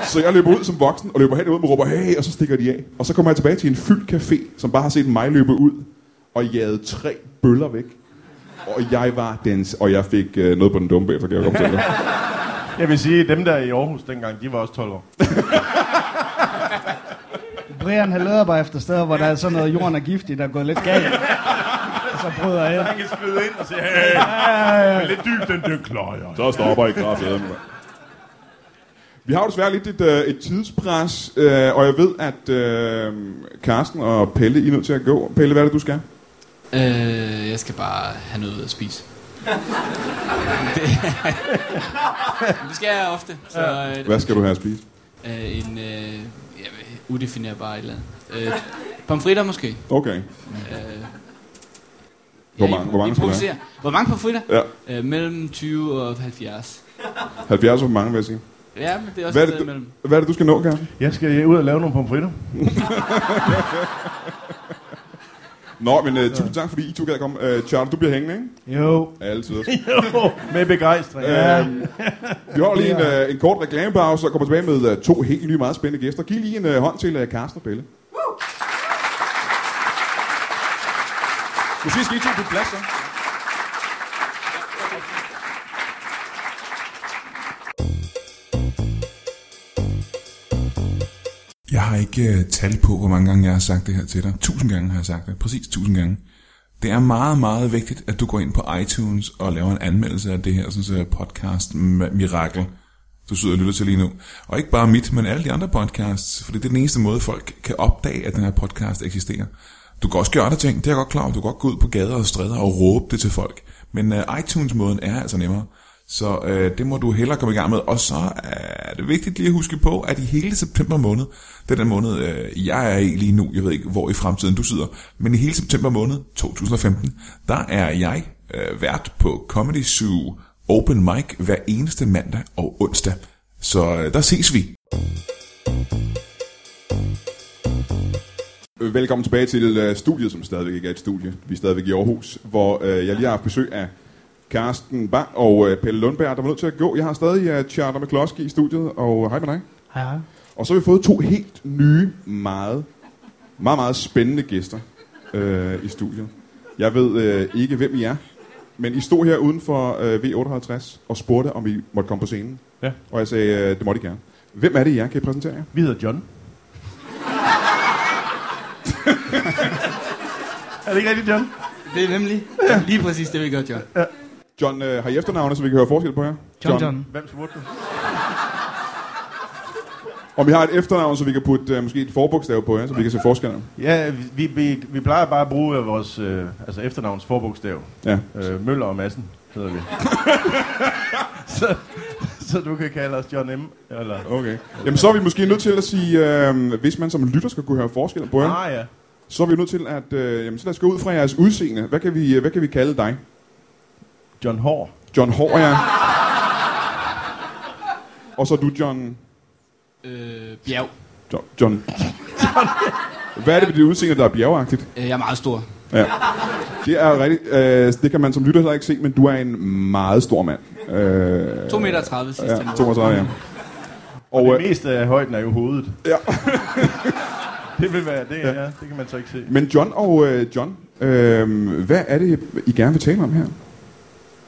A: så jeg løber ud som voksen og løber hen ud og råber, hey, og så stikker de af. Og så kommer jeg tilbage til en fyldt café, som bare har set mig løbe ud og jagede tre bøller væk. Og jeg var dans, og jeg fik øh, noget på den dumme bagefter, kan jeg godt fortælle dig.
B: Jeg vil sige, dem der i Aarhus dengang, de var også 12 år.
D: Brian har leder bare efter steder, hvor der er sådan noget, jorden er giftig, der er gået lidt galt. Og så bryder jeg.
B: Han kan skride ind og sige, hey, men lidt dybt, den dyk klarer jeg.
A: <laughs> Så stopper I kraftedet. Vi har jo desværre lidt et, øh, et tidspres, øh, og jeg ved, at øh, Karsten og Pelle, I er nødt til at gå. Pelle, hvad er det, du skal?
C: Øh, jeg skal bare have noget at
A: <laughs>
C: spise. det, det skal jeg ofte. Så, øh,
A: Hvad skal du have at spise?
C: Øh, en øh, ja, udefinerbar et eller andet. Øh, pomfritter måske.
A: Okay.
C: Øh,
A: Hvor mange- hvor mange skal
C: skal
A: der
C: Hvor mange pomfritter?
A: Ja,
C: Øh, mellem 20 og 70.
A: 70 er for mange, vil jeg sige.
C: Ja, men det er også
A: Hvad er
C: et
A: det,
C: sted
A: du,
C: mellem.
A: hvad er det, du skal nå, Karsten?
B: Jeg skal ud og lave nogle pomfritter.
A: Nå, men uh, tusind tak, fordi I to gad komme. Uh, Charles, du bliver hængende, ikke?
D: Jo.
A: Altid.
B: Jo, med begejstring.
A: Ja. Vi har lige en, uh, en kort reklamepause og kommer tilbage med uh, to helt nye, meget spændende gæster. Giv lige en uh, hånd til uh, Carsten og Pelle. Måske skal I to på plads, så.
E: Jeg har ikke øh, tal på, hvor mange gange jeg har sagt det her til dig. Tusind gange har jeg sagt det. Præcis tusind gange. Det er meget, meget vigtigt, at du går ind på iTunes og laver en anmeldelse af det her sådan så podcast mi- Mirakel, du sidder og lytter til lige nu. Og ikke bare mit, men alle de andre podcasts, for det er den eneste måde, folk kan opdage, at den her podcast eksisterer. Du kan også gøre andre ting, det er jeg godt klar over. Du kan godt gå ud på gader og stræder og råbe det til folk. Men uh, iTunes-måden er altså nemmere. Så øh, det må du hellere komme i gang med. Og så er det vigtigt lige at huske på, at i hele september måned, den der måned, øh, jeg er i lige nu, jeg ved ikke, hvor i fremtiden du sidder, men i hele september måned 2015, der er jeg øh, vært på Comedy Zoo Open Mic hver eneste mandag og onsdag. Så øh, der ses vi.
A: Øh, Velkommen tilbage til øh, studiet, som stadigvæk ikke er et studie. Vi er stadigvæk i Aarhus, hvor øh, jeg lige har haft besøg af Karsten Bang og øh, Pelle Lundberg, der var nødt til at gå. Jeg har stadig øh, Charter McCloskey i studiet, og hej med dig.
D: Hej, hej.
A: Og så har vi fået to helt nye, meget, meget, meget spændende gæster øh, i studiet. Jeg ved øh, ikke, hvem I er, men I stod her uden for øh, V58 og spurgte, om I måtte komme på scenen.
B: Ja.
A: Og jeg sagde, øh, det måtte I gerne. Hvem er det, I er? Kan I præsentere jer?
B: Vi hedder John. er det ikke rigtigt, John?
C: Det er nemlig lige præcis det, vi gør, John.
A: John, øh, har I efternavne, så vi kan høre forskel på jer?
D: John John.
B: Hvem spurgte du?
A: Om I har et efternavn, så vi kan putte øh, måske et forbogstav på jer, så vi kan se forskellen.
B: Ja, vi, vi, vi plejer bare at bruge øh, vores øh, altså efternavns forbogstav.
A: Ja.
B: Øh, Møller og Madsen hedder <laughs> vi. så, så du kan kalde os John M. Eller...
A: Okay. Jamen, så er vi måske nødt til at sige, øh, hvis man som lytter skal kunne høre forskellen på jer,
B: Ah, ja.
A: så er vi nødt til at, øh, jamen, så lad os gå ud fra jeres udseende. Hvad kan vi, øh, hvad kan vi kalde dig?
B: John Hår.
A: John Hård, ja. Og så er du, John...
C: Øh, bjerg.
A: John... John. Hvad er det ved dit udseende, der er bjergagtigt?
C: Øh, jeg er meget stor.
A: Det er rigtigt. Øh, det kan man som lytter heller ikke se, men du er en meget stor mand. Øh,
C: 2,30 meter sidst.
A: Ja, 32, ja.
B: Og
A: Og,
B: det
A: øh,
B: meste af højden er jo hovedet.
A: Ja.
B: <laughs> det vil være det, ja. Det kan man så ikke se.
A: men John og øh, John, øh, hvad er det, I gerne vil tale om her?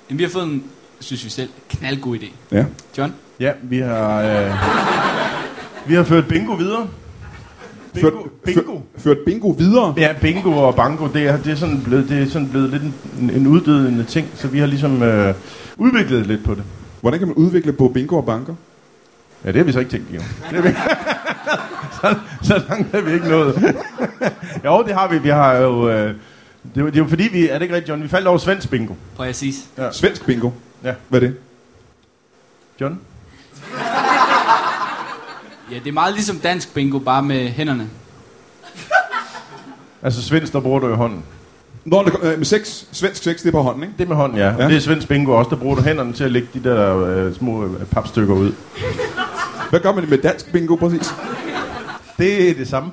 C: Men vi har fået en, synes vi selv, knaldgod idé.
A: Ja.
C: John,
B: Ja, vi har... Øh, vi har ført bingo videre. Bingo.
A: Ført-
B: bingo.
A: Ført, ført bingo videre?
B: Ja, bingo og banko, det er, det er, sådan, blevet, det er sådan blevet lidt en, en uddødende ting, så vi har ligesom øh, udviklet lidt på det.
A: Hvordan kan man udvikle på bingo og banker?
B: Ja, det har vi så ikke tænkt
A: <laughs>
B: endnu. Det er vi... <laughs> så, så langt er vi ikke nået. <laughs> jo, det har vi. Vi har jo... Øh, det, er jo- det er jo fordi, vi... Er det ikke rigtigt, John? Vi faldt over svensk bingo.
C: præcis.
B: Ja.
A: Svensk bingo?
B: Ja.
A: Hvad er det?
B: John?
C: Ja, det er meget ligesom dansk bingo, bare med hænderne.
B: Altså svensk, der bruger du jo hånden.
A: Nå, det, kom- øh, med sex. Svensk sex, det er på hånden, ikke?
B: Det med hånden, ja.
A: Ja.
B: ja. Det er svensk bingo også. Der bruger du hænderne til at lægge de der øh, små øh, papstykker ud.
A: Hvad gør man med dansk bingo præcis?
B: Det er det samme.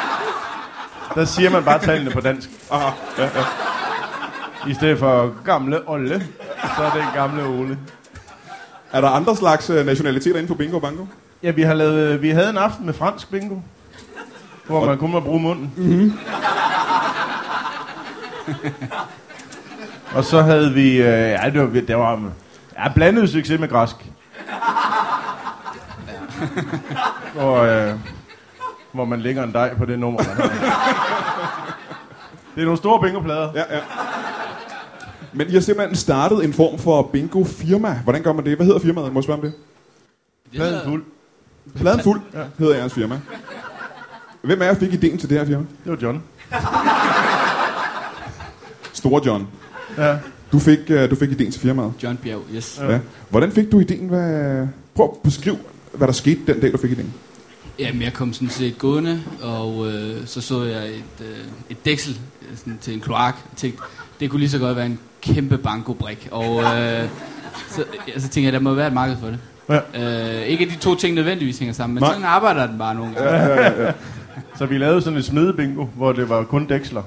B: <laughs> der siger man bare tallene på dansk. Aha. Ja, ja. I stedet for gamle Olle, så er det en gamle Ole.
A: Er der andre slags øh, nationaliteter inden for bingo og banko?
B: Ja, vi, har lavet, øh, vi havde en aften med fransk bingo. Hvor man kun må bruge munden. Mm-hmm. og så havde vi... Øh, ja, det var, det var ja, blandet succes med græsk. hvor, øh, hvor man lægger en dej på det nummer. Man har. det er nogle store bingoplader.
A: Ja, ja. Men I har simpelthen startet en form for bingo-firma. Hvordan gør man det? Hvad hedder firmaet? Må jeg spørge om det?
C: Det
B: Pladen fuld.
A: Pladen Fuld ja. hedder jeres firma. Hvem er jeg fik ideen til det her firma?
B: Det var John.
A: Store John.
B: Ja.
A: Du fik, øh, du fik ideen til firmaet.
C: John Bjerg, yes.
A: Ja. Hvordan fik du ideen? Hvad... Prøv at beskrive, hvad der skete den dag, du fik ideen.
C: Jamen, jeg kom sådan set gående, og øh, så så jeg et, øh, et dæksel øh, sådan, til en kloak, og tænkte, det kunne lige så godt være en kæmpe bankobrik. Og øh, så, ja, så tænkte jeg, der må være et marked for det. Ja. Øh, ikke at de to ting nødvendigvis hænger sammen, men
A: Nej.
C: sådan arbejder den bare nogle gange. Ja.
B: Så vi lavede sådan et smedebingo, hvor det var kun dæksler.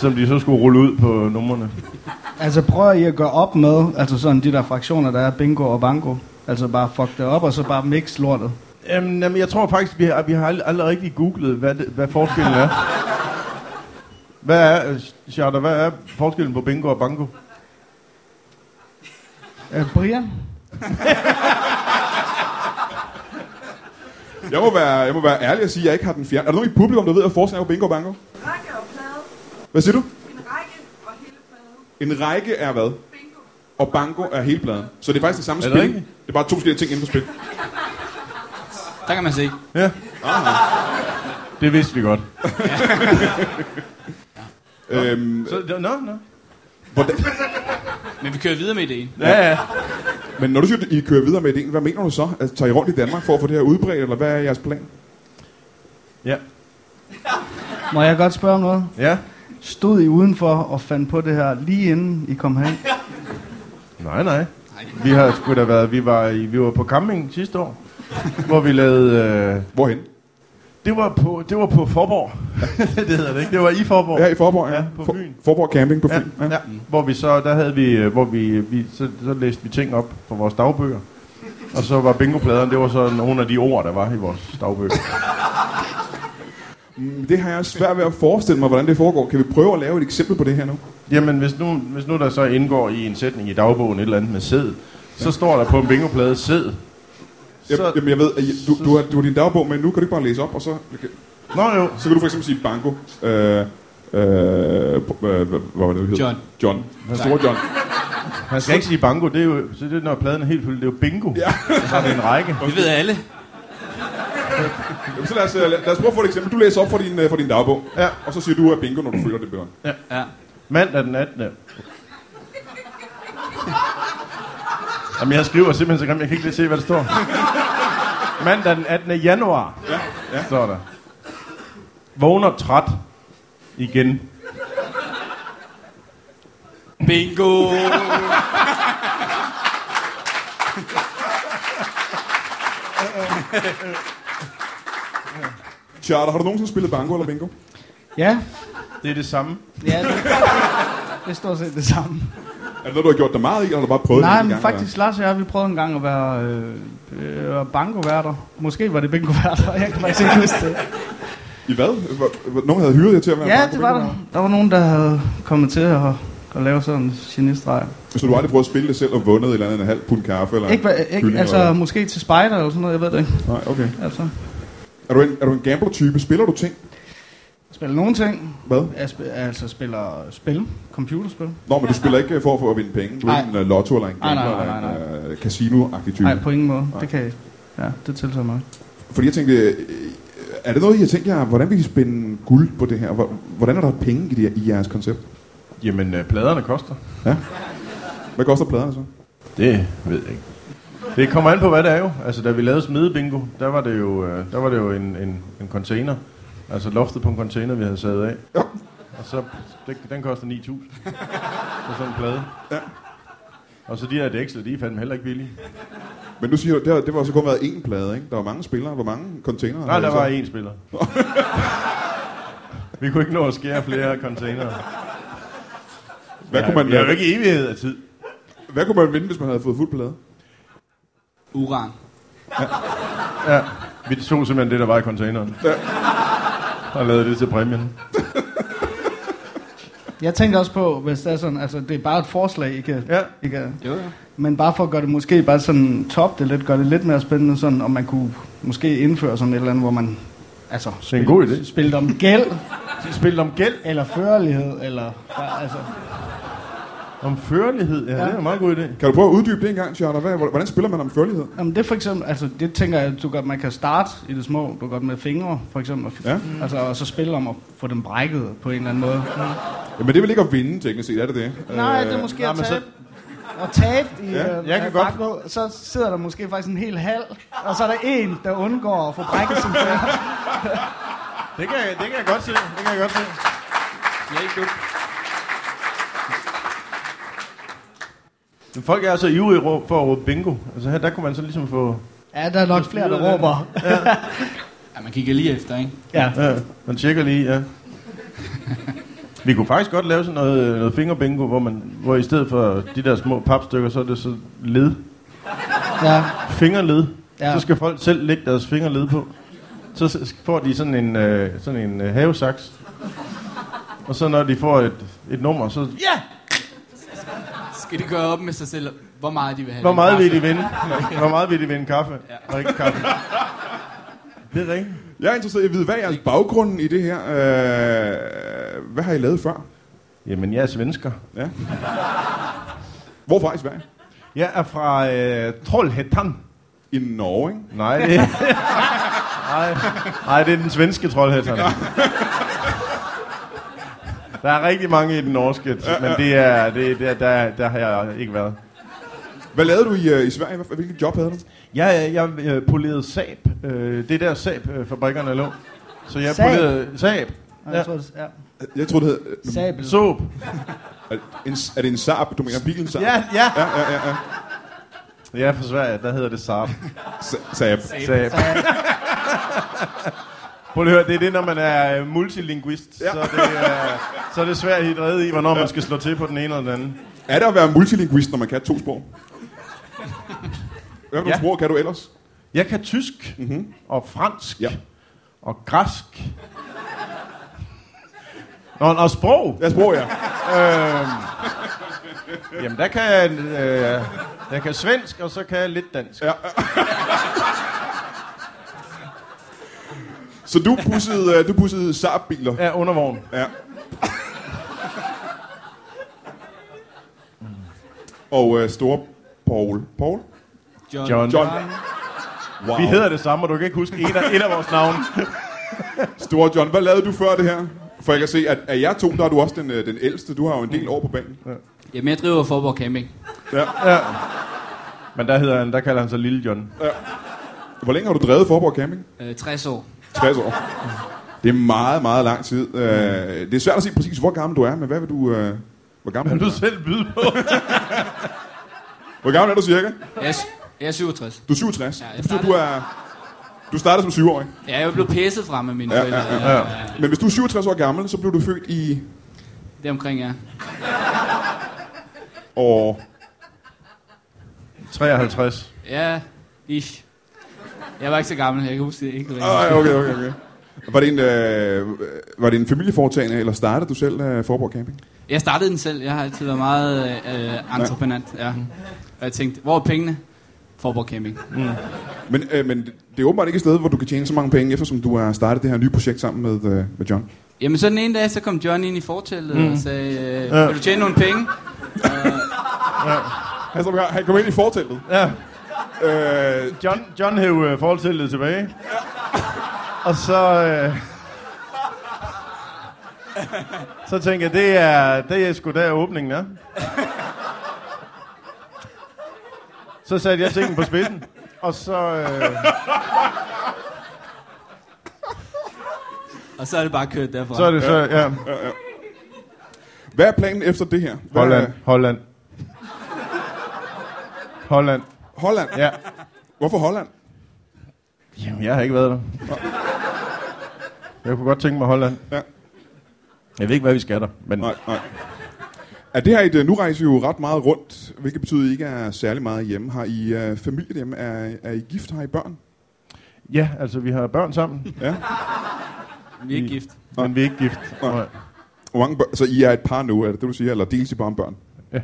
B: Som de så skulle rulle ud på numrene.
D: Altså prøver I at gøre op med, altså sådan de der fraktioner, der er bingo og bango. Altså bare fuck det op, og så bare mix lortet.
B: Øhm, Jamen, jamen, jeg tror faktisk, vi har, vi har aldrig, aldrig rigtig googlet, hvad, det, hvad forskellen er. Hvad er, øh, Charter, hvad er forskellen på bingo og banko?
D: Øh, Brian?
A: Jeg må være, jeg må være ærlig og sige, at jeg ikke har den fjern. Er der nogen i publikum, der ved, at forskellen er på bingo og banko?
F: Række og plade.
A: Hvad siger du?
F: En række og hele pladen.
A: En række er hvad?
F: Bingo.
A: Og banko er hele pladen. Så det er faktisk det samme
B: Er det
A: spil.
B: rigtigt?
A: Det er bare to forskellige ting inden for spil.
C: Der kan man se.
B: Ja. Det vidste vi godt.
A: Øhm,
B: Så, nå, nå.
C: Men vi kører videre med ideen.
B: Ja, ja.
A: men når du siger, at I kører videre med ideen, hvad mener du så? Altså, tager I rundt i Danmark for at få det her udbredt, eller hvad er jeres plan?
B: Ja.
D: Må jeg godt spørge om noget?
B: ja.
D: Stod I udenfor og fandt på det her lige inden I kom hen?
B: Nej, nej. Vi har sgu da været, vi var, i, vi var på camping sidste år, hvor vi lavede, øh,
A: Hvorhen?
B: det var på, det var på Forborg. <laughs> det hedder det ikke, det var i Forborg.
A: Her i Forborg,
B: Ja, på
A: For-
B: Fyn.
A: Forborg Camping på
B: Ja,
A: Fyn.
B: ja. Hvor vi så, der havde vi, øh, hvor vi, vi så, så læste vi ting op fra vores dagbøger. Og så var bingopladerne, det var så nogle af de ord, der var i vores dagbøger.
A: Mm, Det har jeg svært ved at forestille mig, hvordan det foregår. Kan vi prøve at lave et eksempel på det her nu?
B: Jamen, hvis nu, hvis nu der så indgår i en sætning i dagbogen et eller andet med sæd, så står der på en bingoplade sæd.
A: Jeg,
B: Så-
A: jamen, jeg ved, at I- du, du, har, du har din dagbog med nu, kan du ikke bare læse op, og så,
B: Nå jo,
A: så kan du for eksempel sige banko. Øh, øh, øh, hvad hvad var det, du hed?
C: John.
A: John. Den store John.
B: man skal ikke sige bango, det er jo, så det er, når pladen er helt fyldt, det er jo bingo. Ja. Så er det en række.
C: Det ved alle.
A: Jamen, så lad os, øh, lad, lad os prøve at få et eksempel. Du læser op fra din, øh, fra din dagbog,
B: Ja.
A: og så siger du at bingo, når du føler det, Bjørn.
C: Ja.
B: Mandag den 18. Jamen, jeg skriver simpelthen så grimt, jeg kan ikke lige se, hvad der står. Mandag den 18. januar, ja, ja. står der. Vågner træt igen.
C: Bingo!
A: Charter, har du nogensinde spillet banko eller bingo?
D: Ja,
B: Det er det samme.
D: ja det, det er stort set det samme.
A: Er det noget, du har gjort dig meget i, eller har du bare prøvet det
D: Nej,
A: en
D: men
A: gang, eller?
D: faktisk, Lars og jeg, vi prøvede en gang at være øh, øh, bankoværter. Måske var det bingoværter, jeg kan faktisk ikke huske det.
A: I hvad? Hvor- hvor- Nogen havde hyret jer til at være
D: Ja,
A: banko-
D: det var der. Der var nogen, der havde kommet til at, at lave sådan en genistreg.
A: Så du har aldrig prøvet at spille det selv og vundet et eller andet en halv pund kaffe? Eller
D: Ikke, hva- ikke,
A: kylling,
D: altså
A: eller-
D: måske til spider eller sådan noget, jeg ved det ikke.
A: Nej, okay.
D: Altså,
A: Er du en, er du en gambler-type? Spiller du ting?
D: jeg spiller nogle ting.
A: Hvad?
D: Jeg sp- altså spiller spil, computerspil.
A: Nå, men du spiller ikke øh, for at få at vinde penge. Du er
D: Nej.
A: ikke en uh, lotto eller en
D: Nej,
A: gambler
D: nej, nej, nej,
A: eller en uh, casino-agtig type.
D: Nej, på ingen måde.
A: Nej.
D: Det kan jeg Ja, det tiltager mig.
A: Fordi jeg tænkte, øh, er det noget, I har tænkt jer, hvordan vil I spænde guld på det her? Hvor- Hvordan er der penge i, det her, i jeres koncept?
B: Jamen, øh, pladerne koster.
A: Hvad koster pladerne så?
B: Det ved jeg ikke. Det kommer an på, hvad det er jo. Altså, da vi lavede smedebingo, der var det jo, øh, der var det jo en, en, en container. Altså loftet på en container, vi havde sat af.
A: Ja.
B: Og så, det, den koster 9.000. For sådan en plade.
A: Ja.
B: Og så de her dæksler, de er fandme heller ikke billige.
A: Men du siger, det, har- det var så kun været én plade, ikke? Der var mange spillere, hvor mange containere?
B: Nej,
A: havde
B: der
A: I så?
B: var én spiller. vi kunne ikke nå at skære flere containere.
A: Hvad, <laughs> kunne man,
B: Jeg er jo ikke i evighed af tid.
A: hvad kunne man vinde, hvis man havde fået fuld plade?
C: Uran.
B: Ja. Vi tog simpelthen det, der var i containeren. Ja. Og lavede det til præmien.
D: Jeg tænkte også på, hvis det er sådan, altså det er bare et forslag, ikke?
B: Ja.
D: ikke
C: Jo, jo.
D: men bare for at gøre det måske bare sådan top det lidt, gøre det lidt mere spændende, sådan, om man kunne måske indføre sådan et eller andet, hvor man altså,
B: Det er en god idé.
D: spillede om gæld,
B: De spillede om gæld.
D: eller førlighed, eller ja, altså,
B: Om førlighed, ja, ja. det er en meget god idé.
A: Kan du prøve at uddybe det en gang, Charter? Hvad, hvordan spiller man om førlighed?
D: Jamen det er for eksempel, altså det tænker jeg, du godt, man kan starte i det små, du godt med fingre for eksempel,
A: Ja.
D: ja. altså, og så spille om at få dem brækket på en eller anden måde.
A: Jamen, det er vel ikke at vinde, teknisk set, er det det?
D: Nej, det er
A: Øh,
D: måske
B: nej,
D: at
B: men
D: tabe.
B: så-
D: Og tabe i
A: Ja,
D: øh,
B: jeg kan godt-
D: bakgrunden, så sidder der måske faktisk en hel halv, og så er der en, der undgår at få brækket sin finger.
B: Det kan, jeg- det kan jeg godt se. Det kan jeg godt se.
C: Jeg er ikke dum.
B: Men folk er så ivrige rå- for at råbe bingo. Altså her, der kunne man så ligesom få...
D: Ja, der er nok flere, der råber.
C: Ja, man kigger lige efter, ikke?
D: Ja.
B: Ja, man tjekker lige, ja. Vi kunne faktisk godt lave sådan noget, øh, noget fingerbingo, hvor, man, hvor i stedet for de der små papstykker, så er det så led.
D: ja.
B: Fingerled. Ja.
D: Ja.
B: Så skal folk selv lægge deres fingerled på. Så s- får de sådan en, øh, sådan en øh, havesaks. Og så når de får et, et nummer, så... Ja!
C: Skal de gøre op med sig selv, hvor meget de vil have?
B: Hvor
C: den
B: meget
C: kaffe?
B: vil de vinde? Hvor meget vil de vinde kaffe? Ja. Og ikke kaffe. Det er rigtigt.
A: Jeg er interesseret i at vide, hvad er jeres baggrunden i det her? Øh, hvad har I lavet før?
B: Jamen, jeg er svensker.
A: Ja. Hvorfra i Sverige?
B: Jeg er fra øh, Trollhättan.
A: I Norge, ikke?
B: Nej, det <laughs> nej, nej, det er den svenske Trollhättan. Der er rigtig mange i den norske, men det er, det, det er, der, der har jeg ikke været.
A: Hvad lavede du i, øh, i Sverige? Hvad- Hvilket job havde du?
B: Jeg, jeg, jeg øh, polerede sab. Øh, det er der sab-fabrikkerne lå. Så jeg
D: Saab?
B: polerede sab.
D: Ja. Jeg tror, det, ja.
A: Jeg troede, det hed... øh,
D: Sabel.
B: Soap.
A: Er, en, er det en Saab? Du mener bilen Saab?
B: Ja, ja. Ja, ja, ja. ja, for Sverige, der hedder det sab.
A: Sa- Saab.
B: Sab. <laughs> Prøv lige at høre, det er det, når man er øh, multilingvist. Ja. Så, er det, øh, så er det svært at hitte rede i, hvornår man skal slå til på den ene eller den anden.
A: Er der at være multilingvist, når man kan to sprog? Hvad ja.
B: Ja.
A: sprog kan du ellers?
B: Jeg kan tysk mm-hmm. og fransk
A: Ja.
B: og græsk. Nå, og sprog.
A: Ja, sprog, ja.
B: Jamen, der kan jeg, øh, jeg kan svensk, og så kan jeg lidt dansk.
A: Ja. Så du pussede, øh, du pussede Saab-biler?
B: Ja, undervogn.
A: Ja. Og øh, store Paul. Paul?
C: John.
B: John.
A: John. Wow.
B: Vi hedder det samme, og du kan ikke huske et af, et af vores navne.
A: Store John, hvad lavede du før det her? For jeg kan se, at af jer to, der er du også den, øh, den ældste. Du har jo en del år på banen.
C: Jamen, jeg driver Forborg Camping.
B: Men der, hedder han, der kalder han sig Lille John.
A: Hvor længe har du drevet Forborg Camping?
C: Øh, 60 år.
A: 60 år. Det er meget, meget lang tid. Mm. Det er svært at se præcis, hvor gammel du er, men hvad vil du... Øh, hvor, gammel er
B: Vil
A: du?
B: du selv byde <laughs> på?
A: hvor gammel er du cirka?
C: Jeg er, sy- jeg er 67.
A: Du er 67.
C: Ja,
A: Ja,
C: jeg
A: betyder, du er... Du startede som 7-årig.
C: Ja, jeg er blevet pisset frem af mine
A: Ja,
C: forældre.
A: ja,
C: ja, ja.
A: Men hvis du er 67 år gammel, så blev du født i
C: Det er omkring, ja.
A: år...
B: 53.
C: Ja, ish. Jeg var ikke så gammel, jeg kan huske det ikke rigtigt.
A: Ej, okay, okay, okay. Var det, en, øh, var det en familieforetagende, eller startede du selv øh, Forborg Camping?
C: Jeg startede den selv, jeg har altid været meget øh, entreprenant. Ja. Og jeg tænkte, hvor er pengene? Forborg Camping.
A: Men, øh, men det er åbenbart ikke et sted, hvor du kan tjene så mange penge, eftersom du har startet det her nye projekt sammen med, øh, med John.
C: Jamen så den ene dag, så kom John ind i fortællet mm. og sagde, øh,
B: Ja.
C: vil du tjene nogle penge?
A: Han, står i gang. han kom ind i fortællet.
B: Ja.
A: Øh,
B: John, John hæv øh, forholdstillet tilbage. Og så... Øh, så tænkte jeg, det er, det er sgu der åbningen er. Så satte jeg tingene på spidsen. Og så... Øh,
C: Og så er det bare kørt derfra.
B: så er det så... Ja.
A: hvad er planen efter det her? Hvad,
B: Holland. Holland. Holland.
A: Holland? Ja.
B: Ja.
A: Hvorfor Holland?
B: Jamen, jeg har ikke været der. Jeg kunne godt tænke mig Holland.
A: Ja.
B: Jeg ved ikke, hvad vi skal der, men...
A: Nej, nej. Er det her et, øh, nu rejser I jo ret meget rundt, hvilket betyder, at I ikke er særlig meget hjemme. Har I øh, familie hjemme? Er, er I gift? Har I børn?
B: Ja, altså, vi har børn sammen,
A: Ja.
C: Vi er ikke gift.
B: men vi er ikke gift.
A: Nej.
B: Nej.
A: Hvor mange børn? Så I er et par nu, er det det, du siger? Eller dels I bare om børn?
B: Ja.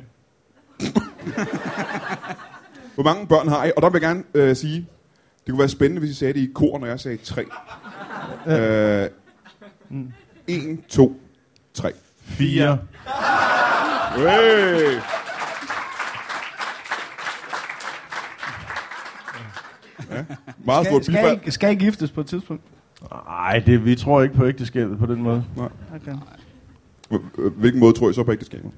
A: Hvor mange børn har I? Og der vil jeg gerne øh, sige, det kunne være spændende, hvis I sagde det i kor, når jeg sagde tre. Øh, en, to, tre.
B: Fire.
A: Hey! Ja. Meget stort
D: Skal, skal,
A: bifald.
D: I, skal I giftes på et tidspunkt?
B: Nej, det, vi tror ikke på ægteskabet på den måde.
D: Okay.
A: Hvilken måde tror I så på ægteskabet?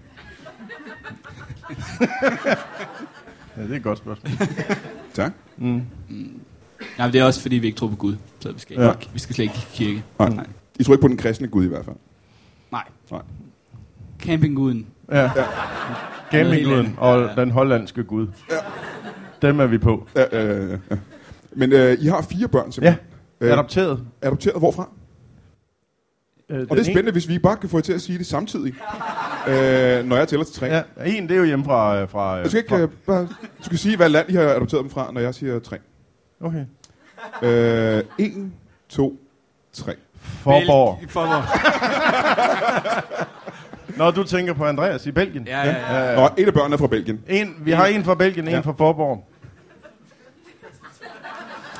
B: Ja, det er et godt <laughs> spørgsmål.
A: Tak.
C: Nej, men det er også fordi, vi ikke tror på Gud. Så vi skal, ikke,
A: Ja.
C: ja. vi skal slet ikke i kirke.
A: Nej. I tror ikke på den kristne Gud i hvert fald?
C: Nej.
A: Nej.
C: Campingguden.
B: Ja. Gammingguden og den hollandske gud. Dem er vi på.
A: Ja, øh, ja. Men øh, I har fire børn
B: Ja,
A: simpelthen. Øh,
B: adopteret.
A: adopteret hvorfra?
B: Øh, den
A: Og det er spændende, hvis vi bare kan få jer til at sige det
B: <laughs>
A: samtidig, øh, når jeg tæller til tre.
B: ene- Ja, en det er jo hjemme fra... øh, fra øh,
A: Du skal ikke øh, bare, du skal sige, hvad land I har adopteret dem fra, når jeg siger tre.
B: fra- Okay.
A: Øh, en, to, tre.
B: Forborg.
C: Bel- Forborg.
B: Nå, du tænker på Andreas i Belgien.
C: Ja, ja, ja.
A: Nå, et af børnene er fra Belgien,
B: En, vi har en fra Belgien, en
A: Ja.
B: fra Forborg.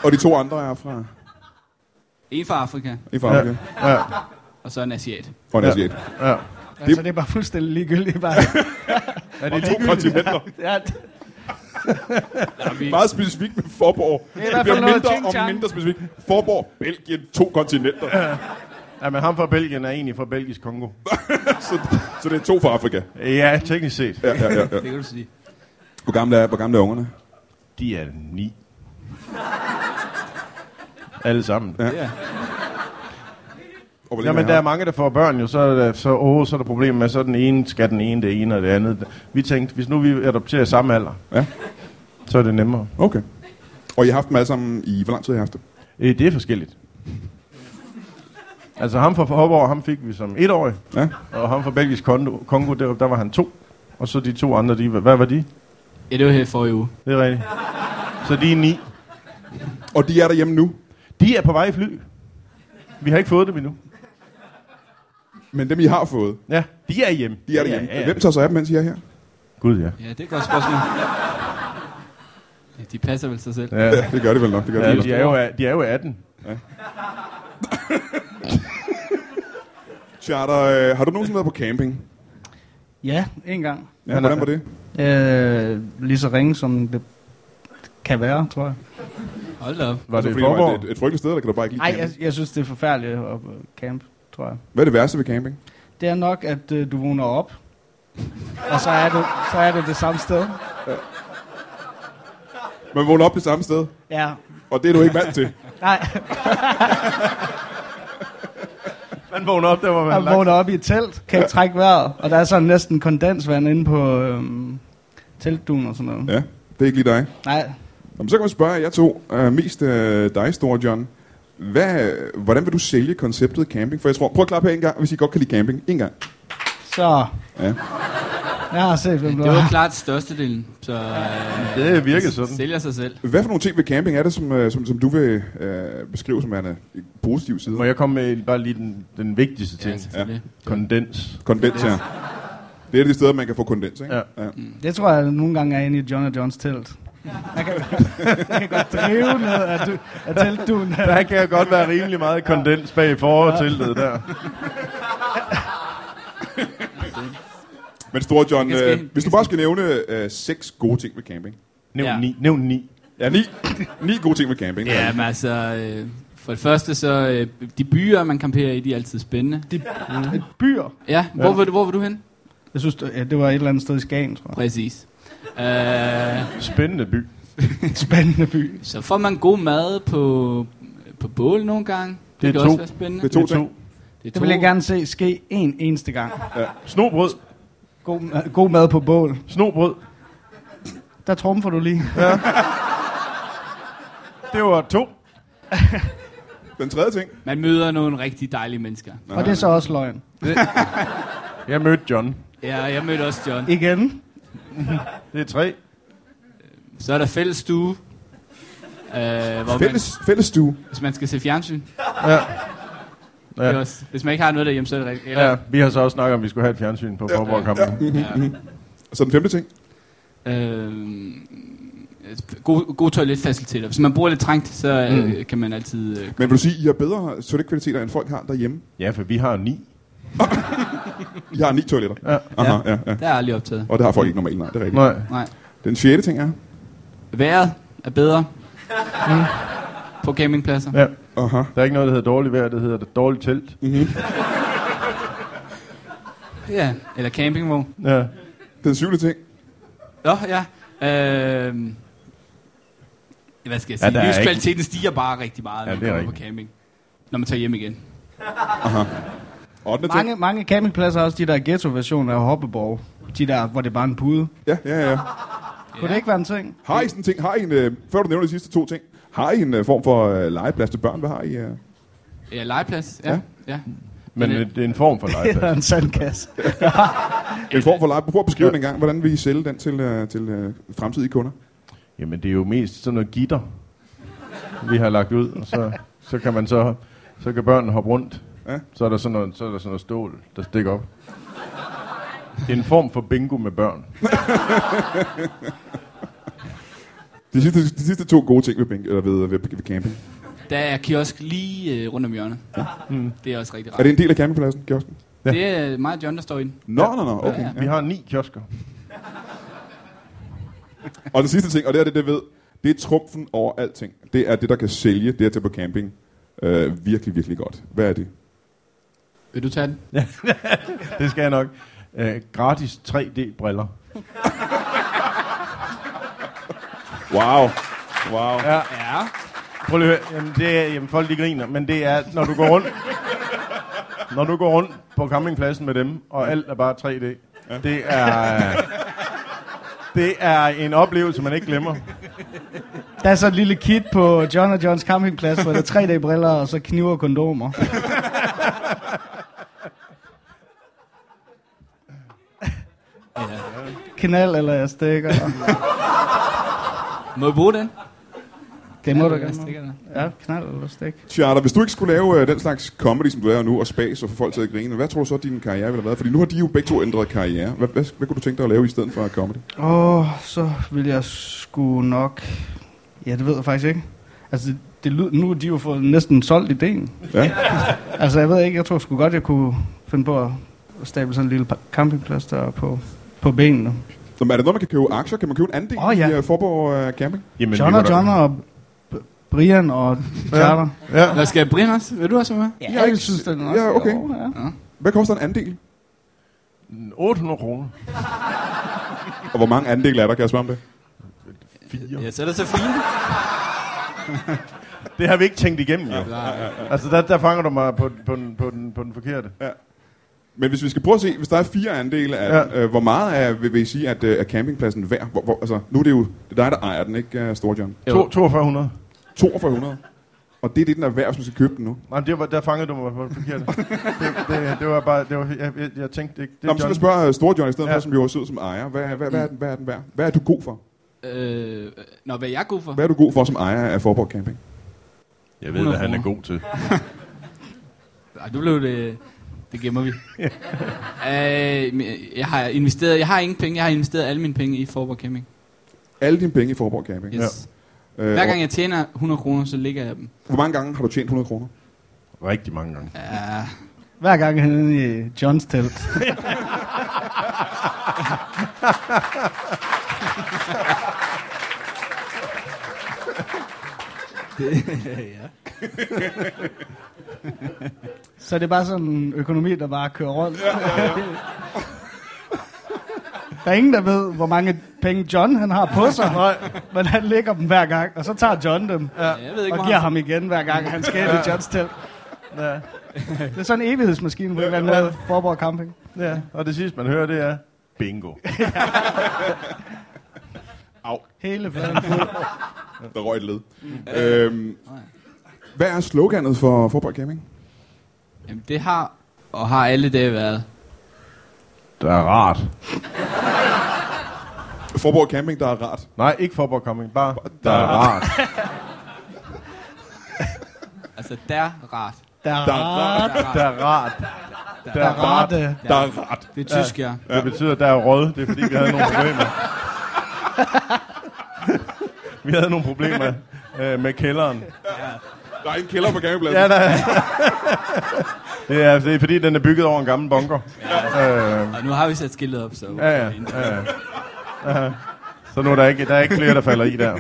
A: og de to andre er fra,
C: En fra Afrika.
A: I fra Afrika.
B: Ja.
C: og så en asiat.
A: Og en ja. asiat.
B: Ja.
D: Altså, det er bare fuldstændig
A: <laughs>
D: ligegyldigt. Bare.
A: Og
B: Er det
A: to kontinenter.
D: Ja, det-
C: Nå, vi,
A: Meget specifikt med Forborg. Det,
D: i hvert fald
A: bliver
D: noget
A: mindre og
D: ting-tang.
A: mindre specifikt. Forborg, Belgien, to kontinenter.
B: ja, men ham fra Belgien er egentlig fra Belgisk Kongo.
A: så, så det er to fra Afrika.
B: Ja, teknisk set.
A: Ja, ja, ja, ja.
C: det kan du sige.
A: Hvor, gamle er, hvor gamle er ungerne?
B: De er ni. Alle sammen. Ja,
A: Og hvor længe
B: Jamen,
A: har
B: der er
A: jeg
B: mange, der får børn jo, så er der, så, åh, så er der problemer med, så er den ene skal den ene det ene og det andet. Vi tænkte, hvis nu vi adopterer i samme alder,
A: Ja.
B: så er det nemmere.
A: haft? Okay. Og I har haft dem alle sammen i... Hvor lang tid har I haft det?
B: Øh, det er forskelligt. Altså ham fra Forborg, ham fik vi som etårig,
A: Ja.
B: og ham fra Belgisk Kongo, Kongo der, der var han to. Og så de to andre, de, hvad var de?
C: Ja, det var her i forrige uge.
B: Det er rigtigt. Så de er ni.
A: Og de er derhjemme nu,
B: De er på vej i fly. Vi har ikke fået dem endnu.
A: men dem I har fået,
B: Ja, de er hjemme.
A: de er derhjemme.
B: Ja, ja, ja.
A: Hvem tager sig af dem, mens I er her?
B: Gud, ja.
C: Ja, det er et godt spørgsmål. Ja, de passer vel sig selv.
B: ja.
A: Ja, det gør de vel nok. Det gør de
B: Ja,
A: vel
B: de er jo, de er jo 18.
A: nok. Charter, øh, har du nogensinde været på camping?
D: ja en gang.
A: Ja,
B: Han er-
A: hvordan var det?
D: Øh, lige så ringe, som det kan være, tror jeg.
C: Hold da op.
B: Var det i
A: Altså, fordi var
B: Forborg?
A: et, et frygteligt sted, eller kan du bare ikke lide
D: Nej, jeg,
A: camping?
D: jeg synes, det er forfærdeligt at øh, camp, tror jeg.
A: Hvad er det værste ved camping?
D: Det er nok, at øh, du vågner op, og så er, du, så er du det samme sted.
A: Man vågner op det samme sted,
D: Ja,
A: og det er du ikke
B: <laughs>
A: vant til. <laughs>
D: nej,
B: Man vågner op, der var man
D: jeg
B: lagt.
D: vågner op i et telt, kan ikke trække vejret, og der er sådan næsten kondensvand inde på øhm, teltduen og sådan noget.
A: Ja, det er ikke lige dig.
D: Nej,
A: Jamen, så kan man spørge jer to, øh, mest øh, dig, Store John. Hvad, hvordan vil du sælge konceptet camping? For jeg tror, prøv at klappe her en gang, hvis I godt kan lide camping. En gang.
D: så...
A: Ja.
D: Jeg har set, hvem du
C: Det var
D: er.
C: klart størstedelen, så øh,
B: Det virkede sådan.
C: sælger sig selv.
A: Hvad for nogle ting ved camping er det, som, øh, som, som du vil øh, beskrive som er en øh, positiv side?
B: Må jeg komme med bare lige den, den vigtigste ting?
C: Ja, selvfølgelig.
B: Kondens.
A: Kondens, ja. Det er et af de steder, man kan få kondens, ikke?
B: Ja.
A: ja.
D: Det tror jeg nogle gange er inde i John og Johns telt. Jeg kan, jeg kan godt drive ned af, du, af teltduen.
B: Der kan jeg godt være rimelig meget kondens bag fortiltet der.
A: Men Store John,
C: Det skal-
A: øh, hvis du bare skal nævne øh, seks gode ting ved camping.
B: Nævn
C: Ja.
B: ni. Nævn ni.
A: Ja, ni, ni gode ting ved camping.
C: Ja, men altså, øh, for det første så, øh, de byer, man kamperer i, de er altid spændende.
D: De, byer.
C: Ja, hvor, Var, du, hvor var du hen?
D: Jeg synes, det ja, det var et eller andet sted i Skagen, tror jeg.
C: Præcis. Øh,
B: Spændende by.
D: En spændende by.
C: så får man god mad på, på bål nogle gange. Det,
B: Det er
C: kan
B: to.
C: også være spændende.
A: Det er to ting.
C: Det er
D: Det vil jeg gerne se ske en eneste gang.
B: Snobrød.
D: God, ma- god mad på bål.
B: Snobrød.
D: Der trumfer du lige.
B: Det var to.
A: Den tredje ting.
C: Man møder nogle rigtig dejlige mennesker.
D: Og det er så også løgn.
B: Jeg mødte John.
C: Ja, jeg mødte også John.
D: Igen.
B: Det er tre.
C: Så er der fælles stue. Øh, hvor man,
A: Fælles, fælles stue.
C: hvis man skal se fjernsyn.
B: Ja.
C: Det er
B: Ja.
C: også, hvis man ikke har noget derhjemme, så er det rigtigt. Eller,
B: ja. Vi har så også snakket om, at vi skulle have et fjernsyn på Forborg-kampen.
A: Og så den femte ting.
C: øh, gode, gode toiletfaciliteter. Hvis man bor lidt trængt, så
B: Mm.
C: øh, kan man altid... Øh,
A: Men vil du sige, I har bedre toiletkvaliteter, end folk har derhjemme?
B: Ja, for vi har ni.
A: I har ni toiletter.
B: Ja.
A: Aha, ja, ja.
C: der er aldrig optaget.
A: Og det har folk ikke normalt, nej, det er rigtigt.
B: Nej.
C: Nej.
A: Den sjette ting er,
C: Været er bedre mm. på campingpladser.
B: Ja.
A: aha,
B: Der er ikke noget, der hedder dårligt vejr. Det hedder det dårligt telt.
C: Ja. Eller campingvogn.
B: Ja.
A: den syvende ting,
C: Nå, ja. Øh, hvad skal jeg
B: Ja,
C: sige?
B: der er
C: Ja,
B: ikke-
C: Livskvaliteten ikke... stiger bare rigtig meget, når
B: Ja,
C: man
B: det er
C: kommer på camping. Når man tager hjem igen.
A: ottende ting.
D: Mange, mange campingpladser er også de der ghetto-versioner af Hoppeborg. De der, hvor det er bare en pude.
A: Ja, ja, ja.
D: Kunne det ikke være en ting?
A: Har I sådan en ting, har I en, øh, før du nævner de sidste to ting, har I en øh, form for øh, legeplads til børn? Hvad har I? Øh?
C: Ja, legeplads. Ja.
A: Ja.
C: ja. ja.
B: Men øh, det er en form for
D: <laughs> Det er
B: legeplads.
D: en sandkasse.
A: En form for legeplads? Prøv at beskrive den en gang. Hvordan vil I sælge den til, øh, til øh, fremtidige kunder?
B: Jamen, det er jo mest sådan noget gitter, vi har lagt ud, og så, så kan man så, så kan børnene hoppe rundt.
A: Ja.
B: Ja. Så, er der sådan noget, så er der sådan noget stål, der stikker op. Det er en form for bingo med børn.
A: De sidste, de sidste to gode ting ved, bænk, eller ved, ved, ved camping.
C: Der er kiosk lige øh, rundt om hjørnet. Mm. Det er også rigtig
A: Er
C: rart.
A: det en del af campingpladsen, kiosken?
B: Ja.
C: Det er mig og John, der står inde.
A: Nå, nå, nå, okay.
C: Ja,
B: Vi har ni kiosker.
A: Og den sidste ting, og det er det, det ved, det er trumfen over alting. Det er det, der kan sælge det at tage på camping øh, virkelig, virkelig godt. Hvad er det?
C: Vil du tage den?
B: Det skal jeg nok. Øh, gratis 3D-briller.
A: Wow. Wow.
B: Ja.
C: Ja.
B: Prøv lige at høre. Jamen, det er, jamen, folk de griner, men det er, når du går rundt, når du går rundt på campingpladsen med dem, og alt er bare 3D. Det er, det er en oplevelse, man ikke glemmer.
D: Der er så et lille kit på John og Johns campingplads, hvor der er 3D-briller og så kniver og kondomer. Kanal eller jeg stikker.
C: Må jeg bruge den?
D: Det må du
C: Jeg stikker
D: gerne.
C: den.
D: Ja, knald eller stik.
A: Charter, hvis du ikke skulle lave øh, den slags comedy, som du laver nu, og spas og få folk til at grine, hvad tror du så, din karriere ville have været? Fordi nu har de jo begge to ændret karriere. Hvad, hvad, hvad kunne du tænke dig at lave i stedet for comedy?
D: Åh, oh, så vil jeg sgu nok... Ja, det ved jeg faktisk ikke. Altså, det lyd, nu er de jo fået næsten solgt ideen.
A: Ja.
D: Altså, jeg ved ikke, jeg tror sgu godt, jeg kunne finde på at stable sådan en lille pa- campingplads der på, på benene.
A: Nå, men er det noget, man kan købe aktier? Kan man købe en andel
D: Åh, ja.
A: i uh, Forborg uh, Camping?
B: Jamen, vi
D: John
B: var
D: og
B: der-
D: John og B- Brian og Charter.
C: Hvad skal jeg brinde os? Vil du også være med?
D: Ja, jeg synes, det er nok.
A: Ja, okay.
D: Jo, ja.
A: Hvad koster en andel?
B: 800 kroner.
A: Og hvor mange andele er der, kan jeg spørge om det?
C: Ja, så er det så fint.
B: Det har vi ikke tænkt igennem, jo. Altså, der, der fanger du mig på, på, den, på, den, på den forkerte.
A: Men hvis vi skal prøve at se, hvis der er fire andele af, ja. øh, hvor meget er, vil, vil I sige, at øh, er campingpladsen værd? Hvor, hvor, altså, nu er det jo det er dig, der ejer den, ikke, uh, Store John?
C: Jo.
B: To- 4200.
A: 4200. Og det er det, den er værd, hvis man skal købe den nu.
B: Nej, det var, der fangede du mig på den forkerte. det, det, det, var bare, det var, jeg, jeg, jeg tænkte ikke, det
A: Nå,
B: er
A: men så vil jeg
B: John.
A: spørge øh, Store John i stedet ja.
B: Ja. Mm.
A: for, som jo er sød som ejer. Hvad, hvad, hvad, er den, hvad er den værd? Hvad er du god for?
C: Øh, nå, hvad er jeg god for?
A: Hvad er du god for som ejer af Forborg Camping?
B: Jeg
C: 100 kroner.
B: god til.
C: <laughs> Ej, du blev det... Det gemmer vi. øh, men jeg har investeret... Jeg har ingen penge. Jeg har investeret alle mine penge i Forborg Camping.
A: Alle dine penge i Forborg Camping.
C: Yes.
A: Ja. Øh,
C: Hver gang jeg tjener 100 kroner, så ligger jeg dem.
A: og Hvor mange gange har du tjent 100 kroner?
B: Rigtig mange gange.
C: Ja,
D: Hver gang han er inde i Johns telt.
C: <laughs> ja.
D: Så det er bare sådan en økonomi, der bare kører rundt. Der er ingen, der ved, hvor mange penge John han har på sig, men han lægger dem hver gang, og så tager John dem
C: Jeg ved ikke,
D: og
C: hvor
D: giver
C: han...
D: ham igen hver gang, han skal ind i Johns telt.
B: Ja.
D: Det er sådan en evighedsmaskine på en eller anden måde, Forborg Camping.
B: Ja, og det sidste, man hører, det er bingo.
D: Hele fladen fuld.
A: Der røg et led. Øhm, hvad er sloganet for Forborg Camping?
C: Jamen, det har og har alle dage været.
B: Det er rart.
A: Forborg Camping, der er rart.
B: Nej, ikke Forborg Coming, bare der er rart.
C: Altså, der rart.
D: Der
A: Der,
D: er
A: der,
B: Der er rart. Der er rart.
D: rette.
A: der er rart.
C: Det er tysk, ja.
B: Det betyder, at der er råd. Det er fordi, vi havde nogle problemer. vi havde nogle problemer øh, med kælderen.
A: Der er en kælder på campingpladsen.
B: Ja, der er. det, er, det er fordi, den er bygget over en gammel bunker. Øh,
C: Og nu har vi sat skiltet op, så...
B: ja, ja, ja, ja. Ja. Så nu er der ikke, der er ikke flere, der falder i der.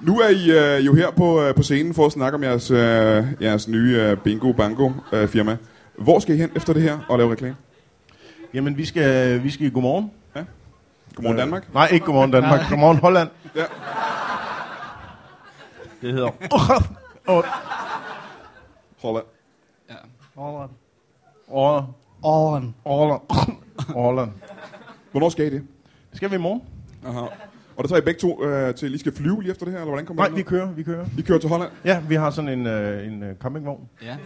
A: Nu er I øh, jo her på, øh, på scenen for at snakke om jeres, øh, jeres nye øh, Bingo Bango øh, firma. Hvor skal I hen efter det her og lave reklame?
B: Jamen, vi skal, vi skal i godmorgen.
A: Godmorgen Danmark.
B: Nej, ikke godmorgen Danmark. Godmorgen Holland.
A: Ja.
B: Det hedder...
A: Holland.
D: Åren.
B: Orland.
D: Åren.
B: Orland. Orland.
A: Hvornår skal I det?
B: Skal vi i morgen?
A: Aha. Og der tager I begge to øh, til, I skal flyve lige efter det her, eller hvordan kommer
B: Nej,
A: det
B: vi kører, vi kører.
A: I kører til Holland.
B: Ja, vi har sådan en, øh, en øh, campingvogn,
C: ja.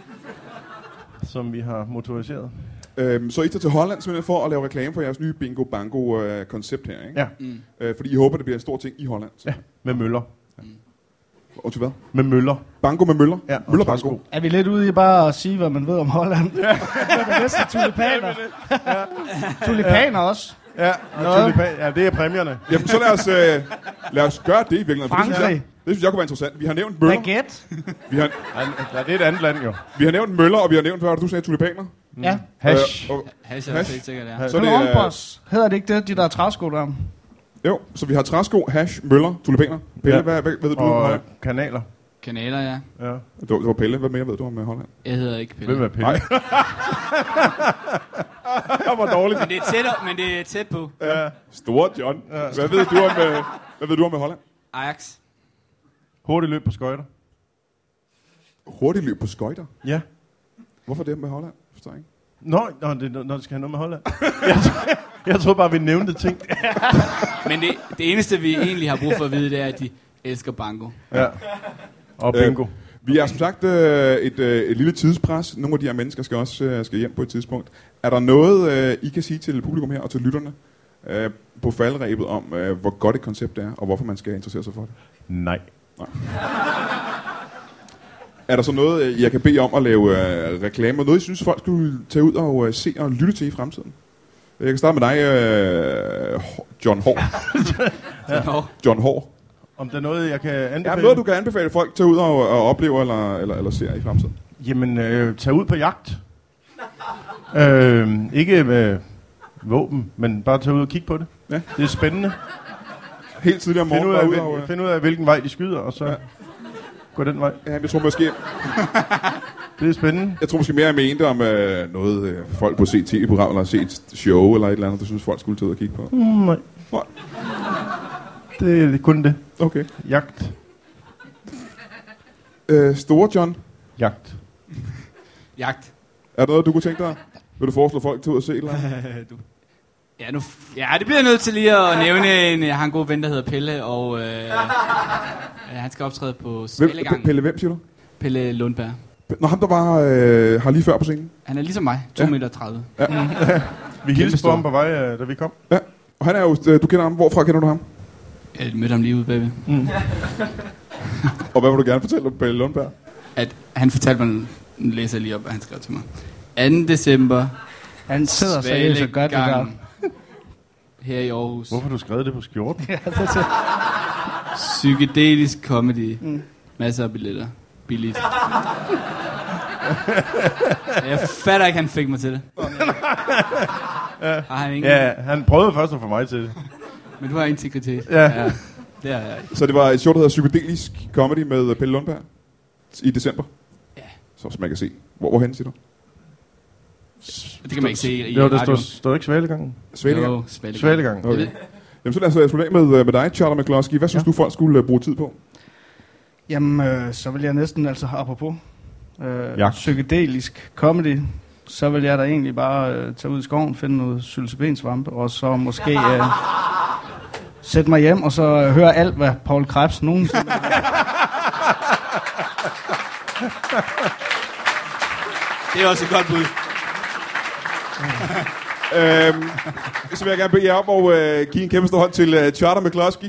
B: som vi har motoriseret.
A: Øhm, så I tager til Holland simpelthen for at lave reklame for jeres nye Bingo Bango øh, koncept her, ikke?
B: Ja,
A: Øh, fordi I håber, det bliver en stor ting i Holland.
B: ja. Med møller.
A: Og til hvad?
B: Med møller.
A: Bango med møller?
B: Ja, og
A: møller
B: træsko.
A: bango.
D: Er vi lidt ude i bare at sige, hvad man ved om Holland? Ja. det er næsten tulipaner. tulipaner også.
B: Ja,
D: Nå.
B: og tulipan. ja, det er præmierne.
A: Jamen så lad os, øh, lad os gøre det i virkeligheden. for det synes jeg-
D: Frankrig.
A: Det Det synes jeg kunne være interessant. Vi har nævnt møller.
G: Baguette.
A: Vi har,
B: Ja, det er et andet land jo.
A: vi har nævnt møller, og vi har nævnt, hvad var det, du sagde, tulipaner.
G: Ja.
B: Hash.
A: Øh, og,
C: Hash er det helt sikkert, ja.
A: så er det, øh,
D: Columbus. Hedder det ikke det, de der træsko der?
A: jo, så vi har træsko, hash, møller, tulipaner. Pelle,
B: Ja.
A: ja. hvad, hvad, ved du om
B: Og
A: Holland?
B: øh, kanaler.
C: Kanaler, ja.
B: Ja.
A: Det var, det var Pelle. Hvad mere ved du om øh, Holland?
C: Jeg hedder ikke Pelle.
B: Hvem er <laughs> pille?
A: Nej. Det var dårligt.
C: Men det er tæt, op, men det er tæt på.
A: Store John. Hvad ved du om, øh, hvad ved du om øh, Holland?
C: Ajax.
B: Hurtigt løb på skøjter.
A: Hurtigt løb på skøjter.
B: Ja.
A: Hvorfor det med Holland? Forstår jeg ikke.
B: Nå, nå, det, nå, det skal have noget med Holland. <laughs> jeg, tro- jeg troede bare, vi nævnte ting.
C: Men det, det eneste, vi egentlig har brug for at vide, det er, at de elsker banko.
B: Ja. Og bingo.
A: Øh, Vi er som sagt øh, et, øh, et lille tidspres. Nogle af de her mennesker skal også øh, skal hjem på et tidspunkt. Er der noget, øh, I kan sige til publikum her og til lytterne øh, på faldrebet om, øh, hvor godt et koncept er, og hvorfor man skal interessere sig for det?
B: Nej.
A: Er der så noget, øh, jeg kan bede om at lave øh, reklamer? Noget, I synes, folk skulle tage ud og øh, se og lytte til i fremtiden? Jeg kan starte med dig, øh, H- John Hår.
C: Ja. Nå,
A: John Hår.
B: Om der er noget, jeg kan anbefale?
A: Er der noget, du kan anbefale folk at tage ud og, og opleve eller, eller, eller se i fremtiden?
B: Jamen, øh, tag ud på jagt. øh, ikke med våben, men bare tag ud og kig på det.
A: Ja.
B: Det er spændende.
A: Helt tidligere om
B: Find ud,
A: morgenen.
B: af,
A: bare ud og,
B: hvil,
A: øh,
B: find ud af, hvilken vej de skyder, og så
A: Ja.
B: ja. gå den vej.
A: ja, jeg tror måske,
B: Det er spændende.
A: Jeg tror måske mere, jeg mente om øh, noget, øh, folk på se tv-program, eller se et show, eller et eller andet, du synes, folk skulle tage ud og kigge på.
B: Mm, nej.
A: Nej.
B: Det er kun det.
A: Okay.
B: Jagt.
A: Øh, store John,
B: Jagt.
C: jagt.
A: er der noget, du kunne tænke dig? Vil du foreslå folk til ud og se et eller andet?
C: Ja, nu, f- ja, det bliver jeg nødt til lige at nævne. En, jeg har en god ven, der hedder Pelle, og øh, øh, han skal optræde på
A: Hvem,
C: Spillegang. Pelle.
A: Pelle, hvem siger du?
C: Pelle Lundberg.
A: Nå, ham der var øh, her lige før på scenen.
C: Han er ligesom mig, 2,30
A: Ja.
C: ja. meter. 30.
B: Vi hilste
C: stor.
B: på ham på vej, øh, da vi kom.
A: Ja. Og han er jo, øh, du kender ham. Hvorfra kender du ham?
C: Jeg mødte ham lige ude, baby.
A: Og hvad vil du gerne fortælle om Pelle Lundberg?
C: At han fortalte mig, nu læser jeg lige op, hvad han skrev til mig. 2. december,
D: Han sidder seriøst og gør det der.
C: Svalegangen. her i Aarhus.
B: Hvorfor har du skrevet det på skjorten?
C: Psykedelisk comedy. Mm. Masser af billetter. Billigt. jeg fatter ikke, han fik mig til det. har han ingen?
B: ja, han prøvede først at få mig til det.
C: Men du har integritet.
B: Ja.
C: Det har jeg ikke.
A: Så det var et show, der hedder Psykedelisk Comedy med øh, Pelle Lundberg i december.
C: Ja.
A: Så som man kan se. Hvor, hvorhen siger du?
C: Det kan man ikke se i
B: Jo, der står,
C: radioen.
B: står ikke svalegangen.
A: Svælger.
C: Jo, Svalegangen.
B: Svalegangen.
A: Okay. Jamen så lad os øh, slutte af med, øh, med dig, Charlotte McCloskey. Hvad synes ja. du, folk skulle øh, bruge tid på?
D: Jamen, øh, så vil jeg næsten, altså apropos, øh,
B: Jagt.
D: psykedelisk comedy, så vil jeg da egentlig bare øh, tage ud i skoven, finde noget psilocybensvampe, og så måske øh, sætte mig hjem, og så øh, høre alt, hvad Paul Krebs nogensinde har.
C: Det er også et godt bud.
A: Øhm, så vil jeg gerne bede jer om at øh, give en kæmpe stor hånd til øh, Charter McCloskey.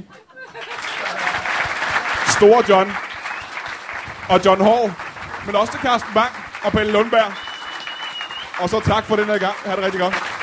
A: Store John. Og John Hall. Men også til Carsten Bang og Pelle Lundberg. Og så tak for den her gang. Ha' det rigtig godt.